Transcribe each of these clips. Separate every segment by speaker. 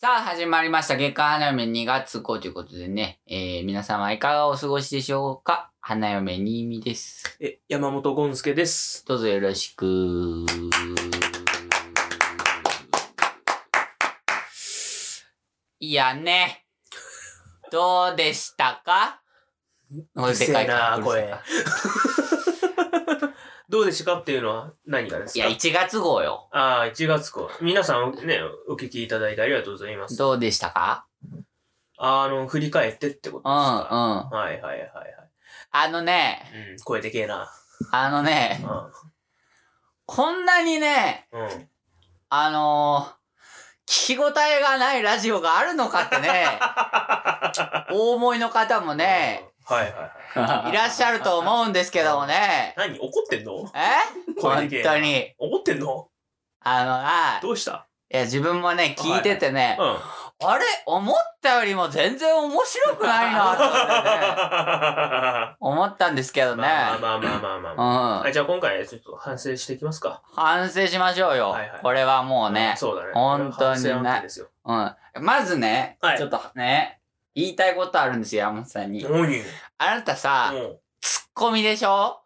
Speaker 1: 始まりました。月間花嫁2月号ということでね、えー、皆様いかがお過ごしでしょうか花嫁新見です。
Speaker 2: え、山本ゴンスケです。
Speaker 1: どうぞよろしく。いやね、どうでしたかう
Speaker 2: うるせえな
Speaker 1: でかいか
Speaker 2: どうでしたかっていうのは何がです
Speaker 1: い
Speaker 2: か
Speaker 1: や、1月号よ。
Speaker 2: ああ、1月号。皆さんね、お聞きいただいてありがとうございます。
Speaker 1: どうでしたか
Speaker 2: あの、振り返ってって
Speaker 1: うん、うん。
Speaker 2: ことですか、
Speaker 1: あ
Speaker 2: はいはいはいは
Speaker 1: のね、
Speaker 2: い。うん、声でけえな。
Speaker 1: あのね、こんなにね、
Speaker 2: うん。うん。
Speaker 1: あのー、聞き応えがないラジオがあるのかって ね、お思いの方もね、
Speaker 2: うん。はいはいはい。
Speaker 1: いらっしゃると思うんですけどもね、
Speaker 2: 何怒ってんの
Speaker 1: え
Speaker 2: 声
Speaker 1: 本
Speaker 2: でけえ
Speaker 1: 当
Speaker 2: な。
Speaker 1: に。
Speaker 2: 怒ってんの
Speaker 1: あのあ
Speaker 2: どうした
Speaker 1: いや自分もね、聞いててね、
Speaker 2: うん。
Speaker 1: あれ思ったよりも全然面白くない なと思ってね、思ったんですけどね。
Speaker 2: まあまあまあまあまあまあ。
Speaker 1: う
Speaker 2: は
Speaker 1: ん
Speaker 2: い、。じゃあ今回ちょっと反省していきますか。
Speaker 1: 反省しましょうよ。
Speaker 2: はいはい
Speaker 1: これはもうね。
Speaker 2: そうだね。
Speaker 1: 本当にね
Speaker 2: 反省案件ですよ。
Speaker 1: うん。まずね、
Speaker 2: はい
Speaker 1: ちょっとね、言いたいことあるんですよ、山本さんに。
Speaker 2: 何よ
Speaker 1: あなたさ、
Speaker 2: うん。
Speaker 1: ツッコミでしょ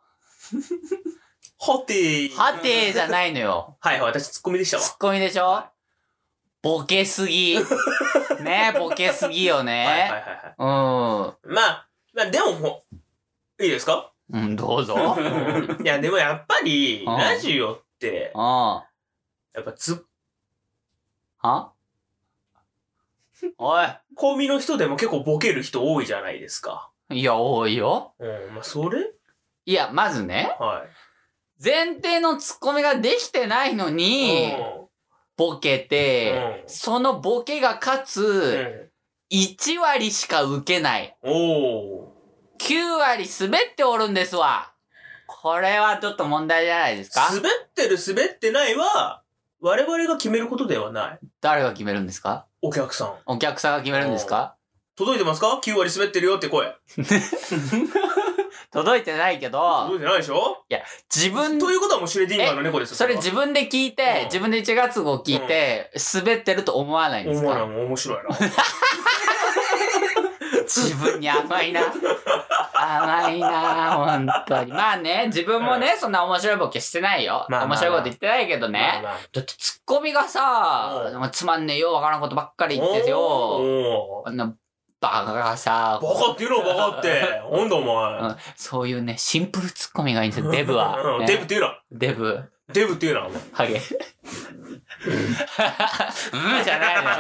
Speaker 2: はてー。
Speaker 1: はてーじゃないのよ。
Speaker 2: はいはい、私ツッコミでしたわ。
Speaker 1: ツッコミでしょ、
Speaker 2: は
Speaker 1: ボケすぎ。ねボケすぎよ
Speaker 2: はいはいはい
Speaker 1: ね。
Speaker 2: は
Speaker 1: うん。
Speaker 2: い。まあ、まあでももう、いいですか
Speaker 1: うん、どうぞ。 うん。
Speaker 2: いや、でもやっぱり、
Speaker 1: うん
Speaker 2: ラジオって、
Speaker 1: は
Speaker 2: やっぱツッ
Speaker 1: お
Speaker 2: コミの人でも結構ボケる人多いじゃないですか。
Speaker 1: い。いや、多いよ。
Speaker 2: うん、まあそれ
Speaker 1: いや、まずね、
Speaker 2: は
Speaker 1: 前提のツッコミができてないの
Speaker 2: い。
Speaker 1: に、ボケ
Speaker 2: うん。
Speaker 1: て、そのボケがか
Speaker 2: うん。う
Speaker 1: つ、
Speaker 2: ん。
Speaker 1: 1割しか受けない。
Speaker 2: おー。
Speaker 1: 9割滑っておるんですわ。これはちょっと問題じゃないですか
Speaker 2: 滑ってる滑ってないは、我々が決めることではない。
Speaker 1: 誰が決めるんですか
Speaker 2: お客さん。
Speaker 1: お客さんが決めるんですか
Speaker 2: 届いてますか ?9 割滑ってるよって声。
Speaker 1: 届いてないけ
Speaker 2: 届
Speaker 1: ど、
Speaker 2: いてないでしょ
Speaker 1: 自分、
Speaker 2: ということはもうシュレディンガーの猫ですよ。
Speaker 1: それ
Speaker 2: は
Speaker 1: 自分で聞いうて
Speaker 2: ん、
Speaker 1: 自分で1月号聞いて、滑ってると思わないんです
Speaker 2: 思わない
Speaker 1: か
Speaker 2: もん面白いな。
Speaker 1: 自分に甘 いな。甘いな、本当に。まあね、自分もね、そんな面白いボケしてないよ。
Speaker 2: まあまあまあ
Speaker 1: 面白いこと言ってないけどね。
Speaker 2: まあまあ
Speaker 1: だってツッコミがさ、
Speaker 2: う
Speaker 1: つまんねえよ、わからんことばっかり言っててよ。
Speaker 2: おー
Speaker 1: あんなバカがさ、
Speaker 2: バカって言うのバカって。 なんだお前。
Speaker 1: うんそういうね、シンプルツッコミがいいんですよ、デブは。
Speaker 2: うん
Speaker 1: ね
Speaker 2: デブって言うな。
Speaker 1: デブ。
Speaker 2: デブって言うな、お前。
Speaker 1: ハゲ。うんじゃないのよ。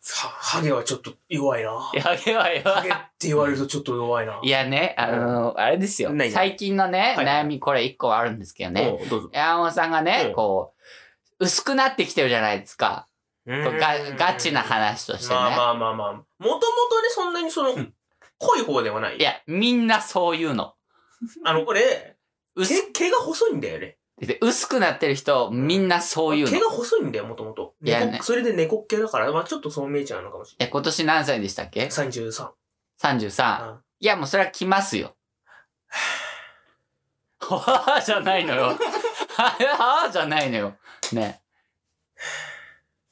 Speaker 2: さハゲはちょっと弱いな。
Speaker 1: いやハゲはよ。
Speaker 2: ハゲって言われるとちょっと弱いな。
Speaker 1: いやね、あの、あれですよ
Speaker 2: 何。
Speaker 1: 最近のね、
Speaker 2: はいは
Speaker 1: 悩
Speaker 2: い
Speaker 1: みこれ一個あるんですけどね。
Speaker 2: おう、どうぞ。
Speaker 1: 山本さんが
Speaker 2: う
Speaker 1: ね
Speaker 2: ん、
Speaker 1: こう、薄くなってきてるじゃないですか。こうガガチな話としてね。
Speaker 2: まあまあまあまあ。もともとね、そんなにその、濃い方ではない
Speaker 1: い。や、みんなそういうの。
Speaker 2: あの、これ、
Speaker 1: 薄
Speaker 2: 毛毛が細いんだよね。
Speaker 1: で薄くなってる人、みんなそういうの。
Speaker 2: 毛
Speaker 1: い
Speaker 2: が細いんだよ、もともと。
Speaker 1: いやね
Speaker 2: 猫それで猫っ毛だから、まあちょっとそう見えちゃうのかもしれ
Speaker 1: や、今年何歳でしたっけ
Speaker 2: ない。33。
Speaker 1: ?33。
Speaker 2: うん
Speaker 1: いや、もうそれは来ますよ。はぁじゃないのよ。はぁじゃないのよ。ね。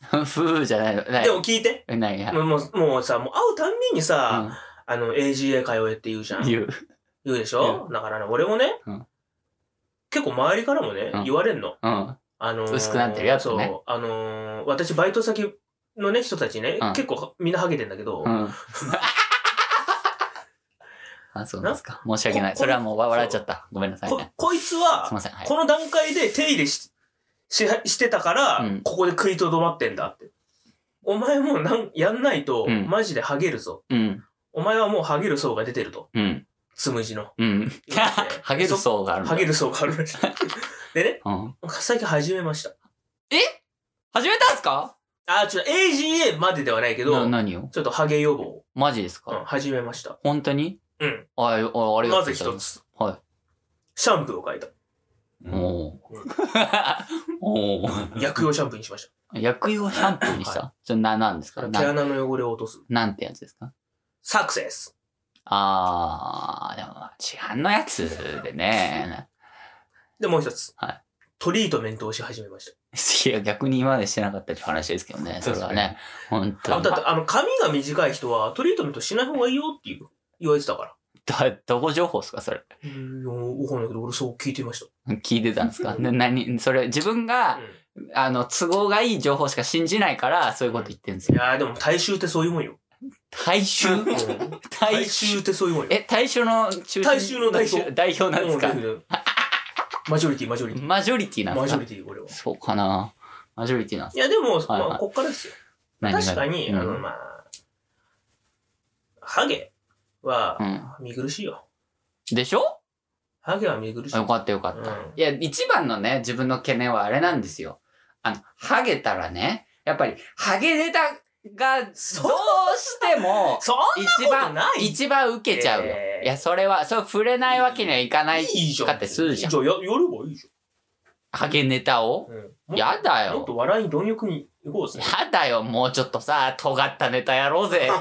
Speaker 1: ふぅじゃないの。な
Speaker 2: でも聞いて。
Speaker 1: い。ないや。
Speaker 2: もうもうもうさ、もう会うたんびにさ、
Speaker 1: う
Speaker 2: あの、AGA 通えって言うじゃん。
Speaker 1: ん、
Speaker 2: 言う
Speaker 1: 言う。
Speaker 2: でしょ、だからね、俺もね、
Speaker 1: うん
Speaker 2: 結構周りからもね、
Speaker 1: うん
Speaker 2: 言われんの。
Speaker 1: うん。
Speaker 2: あのー
Speaker 1: 薄くなってるやつね
Speaker 2: そう。あのー私、バイト先のね、人たちね、
Speaker 1: うん
Speaker 2: 結構みんなハゲてんだけど、
Speaker 1: うん。 あ、そうなんですか。申し訳ない。それはもうわ笑っちゃった。ごめんなさい
Speaker 2: こ
Speaker 1: ね。、
Speaker 2: こいつ
Speaker 1: すい
Speaker 2: は、
Speaker 1: ません。はい。
Speaker 2: この段階で手入れし、し、してたから、
Speaker 1: うん
Speaker 2: ここで食いとどまってんだって。お前もうなん、やんないと、
Speaker 1: うん
Speaker 2: マジでハゲるぞ。
Speaker 1: うん。
Speaker 2: お前はもうハゲる層が出てると。
Speaker 1: うん。
Speaker 2: つむじの。
Speaker 1: うん。 ハゲる層があるんだ。
Speaker 2: ハゲる層があるらしい。でね、
Speaker 1: うん。
Speaker 2: 最近始めました。
Speaker 1: 始めたんすか
Speaker 2: あ、ちょっと AGA までではないけど、
Speaker 1: な、何を
Speaker 2: ちょっとハゲ予防、
Speaker 1: マジですか、
Speaker 2: うん、始めました。
Speaker 1: 本当に
Speaker 2: うん。
Speaker 1: あ、あありがとうござい
Speaker 2: ま
Speaker 1: ます。
Speaker 2: ず一。つ。
Speaker 1: は
Speaker 2: シャンプーを変えた。
Speaker 1: い。おー おお
Speaker 2: 薬用シャンプーにしまし
Speaker 1: 薬用シャンプーにした、それな、なんです
Speaker 2: た。
Speaker 1: か
Speaker 2: 毛
Speaker 1: な
Speaker 2: 穴の汚れを落とす。
Speaker 1: なんてやつですか
Speaker 2: サクセス。
Speaker 1: あー、でもまあ、市販のやつでね。
Speaker 2: で、もう一つ。
Speaker 1: はい
Speaker 2: トリートメントをし始めまし
Speaker 1: いや、逆に今までしてなかったっていう話ですけどね、それはね。本当
Speaker 2: あ、
Speaker 1: に。
Speaker 2: だって、あの、髪が短い人はトリートメントしない方がいいよっていう言われてたから。
Speaker 1: だどこ情報ですか、それ。
Speaker 2: うーん、わかんないけど、俺そう聞いてまし
Speaker 1: 聞いてたんですかで何それ、自分
Speaker 2: た。
Speaker 1: が
Speaker 2: う、ん
Speaker 1: あの、都合がいい情報しか信じないから、そういうこと言ってるんです
Speaker 2: い
Speaker 1: よ。
Speaker 2: やーでも大衆ってそういうもんよ。
Speaker 1: 大衆
Speaker 2: うん
Speaker 1: 大
Speaker 2: 大衆っ
Speaker 1: 衆
Speaker 2: てそういうもんよ。
Speaker 1: え、大衆の中心
Speaker 2: 大衆の代表
Speaker 1: 代表なんですか
Speaker 2: うんうんマジョリティ、マジョリテ
Speaker 1: マジョリティな
Speaker 2: ィ。
Speaker 1: ん
Speaker 2: マ
Speaker 1: です
Speaker 2: ジョ
Speaker 1: か
Speaker 2: リティ、俺は。
Speaker 1: そうかな。マジョリティなんです
Speaker 2: いや、でも、
Speaker 1: いはい
Speaker 2: まあ、こっからですよ。
Speaker 1: 何が
Speaker 2: 確かに、
Speaker 1: うん
Speaker 2: あの、まあ、ハゲは
Speaker 1: う、ん。
Speaker 2: 見苦しいよ。
Speaker 1: でしょ
Speaker 2: ハゲは見苦しい。
Speaker 1: あよかったよかった。
Speaker 2: うん
Speaker 1: いや、一番のね、自分の懸念はあれなんですよ。あの、ハゲたらね、やっぱり、ハゲネタが、どうしても、
Speaker 2: そん
Speaker 1: 一
Speaker 2: なこと
Speaker 1: 番、
Speaker 2: ない
Speaker 1: 一番受けちゃうよ。
Speaker 2: えー
Speaker 1: いや、それは、そう、触れないわけにはいかない
Speaker 2: いいじゃん。
Speaker 1: かってするじゃん。
Speaker 2: じゃあ、ややればいいじ
Speaker 1: ハゲネタを
Speaker 2: ゃん。うん
Speaker 1: やだ
Speaker 2: もっ
Speaker 1: よ。
Speaker 2: と笑いに貪欲に行こうぜ。
Speaker 1: やだよ、もうちょっとさ、尖ったネタやろう ぜ。
Speaker 2: そ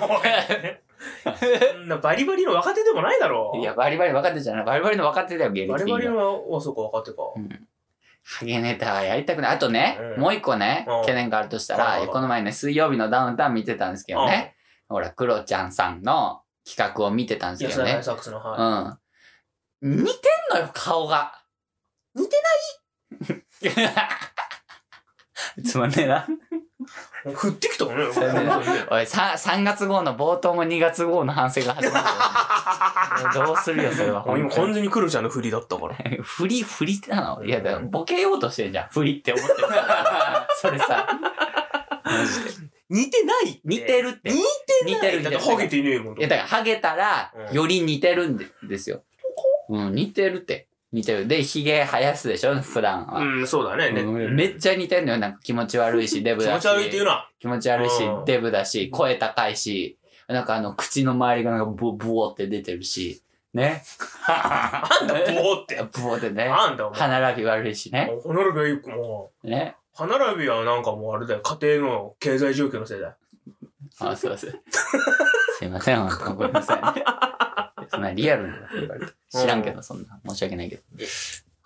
Speaker 2: んなバリバリの若手でもないだろう。
Speaker 1: いや、バリバリ若手じゃない。バリバリの若手だよ、芸
Speaker 2: バ
Speaker 1: 歴的
Speaker 2: リバ
Speaker 1: に
Speaker 2: リ
Speaker 1: は。
Speaker 2: の、はそうか、若手か。
Speaker 1: ハゲネタはやりたくない。あとね、
Speaker 2: うん
Speaker 1: もう一個ね
Speaker 2: うん、
Speaker 1: 懸念があるとした
Speaker 2: はい
Speaker 1: ら、
Speaker 2: はい
Speaker 1: この前ね、水曜日のダウンタウン見てたんですけどね。ほら、クロちゃんさんの企画を見てたん
Speaker 2: うん。
Speaker 1: ですけど
Speaker 2: 安田大
Speaker 1: ね。
Speaker 2: サックスの、
Speaker 1: う
Speaker 2: は
Speaker 1: ん。似てんのよ、顔が。
Speaker 2: 似
Speaker 1: てな いつまんねえな。
Speaker 2: い。もう降ってきたも んね。
Speaker 1: そうね
Speaker 2: 本当にね
Speaker 1: おい、さ 3, 月号の冒頭も2月号の反省が始まるよ。 もうどうするよ、それは。
Speaker 2: もう今完全にクロちゃんの振りだったから。
Speaker 1: 振り、振りなのいや、だからボケようとしてんじゃん。振りって思ってる から。それさ。マジで
Speaker 2: 似てないって
Speaker 1: 似てるって。
Speaker 2: 似
Speaker 1: て似てる
Speaker 2: だってハゲていねえもん。
Speaker 1: いや、だから、ハゲたら、
Speaker 2: うん
Speaker 1: より似てるんでですよ。うん、似てるって。似てる。で、髭生やすでしょ、普段は。
Speaker 2: うん、そうだね。ね
Speaker 1: うんめっちゃ似てんのよ。なんか気持ち悪 いし、デブ
Speaker 2: 気
Speaker 1: だ
Speaker 2: 持
Speaker 1: し。
Speaker 2: ち悪いっていうのは。
Speaker 1: 気持ち悪いし
Speaker 2: うん、
Speaker 1: デブだし、声高いし、なんかあの、口の周りがなんかブ、ブオって出てるし、 ね。あ
Speaker 2: あんだ、ボーって。
Speaker 1: ブオでね。
Speaker 2: あんだ、お前。
Speaker 1: 歯並び悪いしね。
Speaker 2: もう歯並びはいいもう、
Speaker 1: ね。
Speaker 2: 歯並びはなんかもうあれだよ。家庭の経済状況のせいだよ。
Speaker 1: あ、すいません。すいません、本当にごめんなさいね。そんなリアルなこと言われて知らんけど、そんな。申し訳ないけど。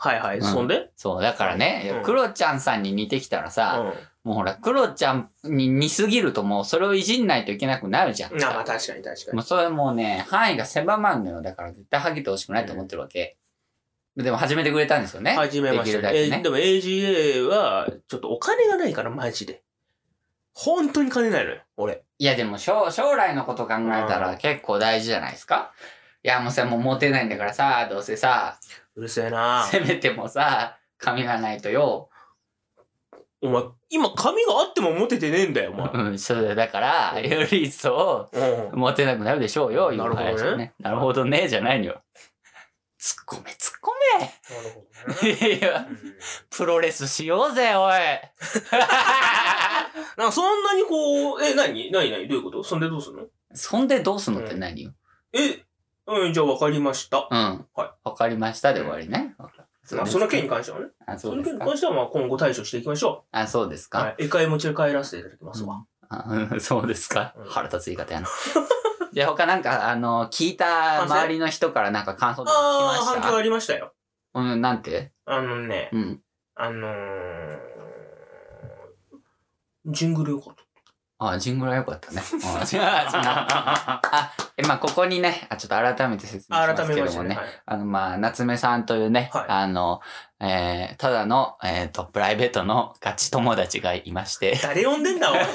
Speaker 2: はいはい。
Speaker 1: うん
Speaker 2: そんでうん。
Speaker 1: そう、だからね、いや
Speaker 2: うん
Speaker 1: クロちゃんさんに似てきたらさ、もうほら、クロちゃんに似すぎるともうそれをいじんないといけなくなるじゃん。
Speaker 2: なまあ確かに確かに
Speaker 1: も。うそれもうね、範囲が狭まんのよ。だから絶対ハゲてほしくないと思ってるわけ。でも始めてくれたんですよね。
Speaker 2: 始めまし
Speaker 1: できる
Speaker 2: た
Speaker 1: だ
Speaker 2: ね。
Speaker 1: け
Speaker 2: え
Speaker 1: ね
Speaker 2: ーでも AGA は、ちょっとお金がないから、マジで。本当に金ないのよ、俺。
Speaker 1: いやでも将将来のこと考えた
Speaker 2: う
Speaker 1: ら結構大事じゃないですか。いやもうさ、もうモテないんだからさ、どうせさ、
Speaker 2: うるせえな
Speaker 1: せめてもさ、髪がないとよ。
Speaker 2: お前、今髪があってもモテてねえんだよ、お前。
Speaker 1: うん、そうだよ。だから、より一層、
Speaker 2: うん。
Speaker 1: モテなくなるでしょうよ、
Speaker 2: なるほど
Speaker 1: 今
Speaker 2: ね
Speaker 1: の話はなるほどね、じゃないのよ。突っ込め、突っ
Speaker 2: なるほ
Speaker 1: 込め。いや、プロレスしようぜ、 おい。
Speaker 2: なんかそんなにこう、え、何何何どういうことそんでどうすんの
Speaker 1: そんでどうすんのって何よ。
Speaker 2: え、うん、じゃあ分かりました。
Speaker 1: うん。
Speaker 2: は
Speaker 1: わかりましたで終わりね。わか
Speaker 2: まあ、その件に関してはね。
Speaker 1: あ、そ
Speaker 2: そうの
Speaker 1: です
Speaker 2: 件に
Speaker 1: か。
Speaker 2: 関しては、まあ、今後対処していきましょ
Speaker 1: あ、そうです
Speaker 2: う。
Speaker 1: か。
Speaker 2: はい。一回持ち帰らせていただきますわ。
Speaker 1: あうんそうですか
Speaker 2: うん。
Speaker 1: 腹立つ言い方やな。じゃあ他なんか、あの、聞いた
Speaker 2: 反省
Speaker 1: 周りの人からなんか感想とか
Speaker 2: あ
Speaker 1: 聞
Speaker 2: あ
Speaker 1: き
Speaker 2: ー、反響
Speaker 1: まし
Speaker 2: ありましたよ。
Speaker 1: たうん、なんて
Speaker 2: あのね、
Speaker 1: うん。
Speaker 2: あのー、ジングルよかった。
Speaker 1: あ、ジングルは良かったね。あ、そんな あえまあ、ここにね、あちょっと改めて説明します
Speaker 2: 改
Speaker 1: け
Speaker 2: めま
Speaker 1: ど
Speaker 2: して
Speaker 1: も
Speaker 2: ね。
Speaker 1: ね。
Speaker 2: はい
Speaker 1: あの、まあ、夏目さんというね、
Speaker 2: はい
Speaker 1: あの、えーただの、えっ、と、プライベートのガチ友達がいまして、
Speaker 2: 誰呼んでんだ、お前。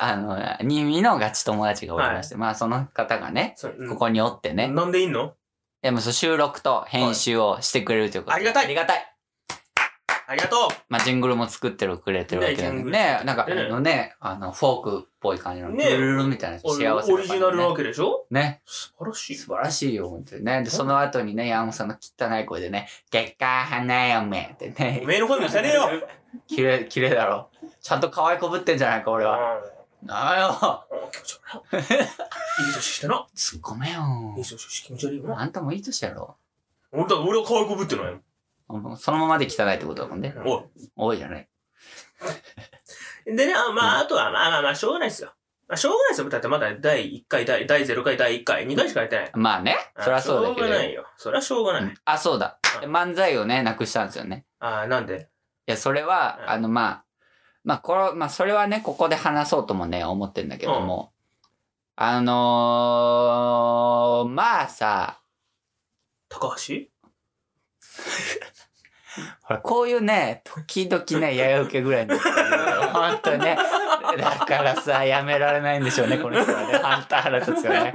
Speaker 1: あの、新見のガチ友達がおりまして、まあ、その方がね、
Speaker 2: それ
Speaker 1: ここにおってね、
Speaker 2: なんでいんの
Speaker 1: でもそう収録と編集をしてくれるということで、
Speaker 2: はいありがたい
Speaker 1: ありがたい
Speaker 2: ありがと
Speaker 1: まあ、ジングルも作ってるくれてるわけなんで
Speaker 2: ねジングル作っ
Speaker 1: ね
Speaker 2: て、
Speaker 1: なんか、あ
Speaker 2: ね
Speaker 1: のね、あの、フォークっぽい感じの、
Speaker 2: ね
Speaker 1: ルルルみたいな幸
Speaker 2: う。
Speaker 1: せな感じ
Speaker 2: オリジナルなわ
Speaker 1: ね。
Speaker 2: けでしょ
Speaker 1: ね。
Speaker 2: 素晴らしい。
Speaker 1: 素晴らしいよ、本当にね。で、その後にね、山本さんの汚い声でね、月刊花嫁ってね
Speaker 2: お、めえの声も汚ねえ よ。
Speaker 1: 綺麗、綺麗だろ。ちゃんと可愛こぶってんじゃないか、俺は。なあよ。
Speaker 2: うん気持ち 悪い。いい年してな。
Speaker 1: 突っ込め
Speaker 2: いい
Speaker 1: よ。
Speaker 2: 年して気持ち悪いよな。
Speaker 1: あんたもいい年やろ。
Speaker 2: 俺だ、俺は可愛くぶってないもん。
Speaker 1: そのままで汚いってことだもんね。
Speaker 2: お
Speaker 1: 多いじゃない。
Speaker 2: い。でね、あまあ、あとは、まあまあまあ、しょうがないですよ。まあ、しょうがないですよ。だってまだ第1回、第第0回、第1回、2回しかやってない。
Speaker 1: まあね。そりゃそうだ
Speaker 2: し
Speaker 1: け
Speaker 2: ょうがない
Speaker 1: ど。
Speaker 2: よ。そりゃしょうがない。
Speaker 1: あ、そうだ。
Speaker 2: う
Speaker 1: 漫才をね、なくしたんですよね。
Speaker 2: ああ、なんで
Speaker 1: や、それは、
Speaker 2: うん
Speaker 1: あの、まあ、まあ、これ、まあ、それはね、ここで話そうともね、思ってんだけども、あのーまあさ、
Speaker 2: 高橋
Speaker 1: ほら、こういうね、時々 ね、やや受けぐらいの。本当ね。だからさ、やめられないんでしょうね、この人は ね。ハンター腹立つよね。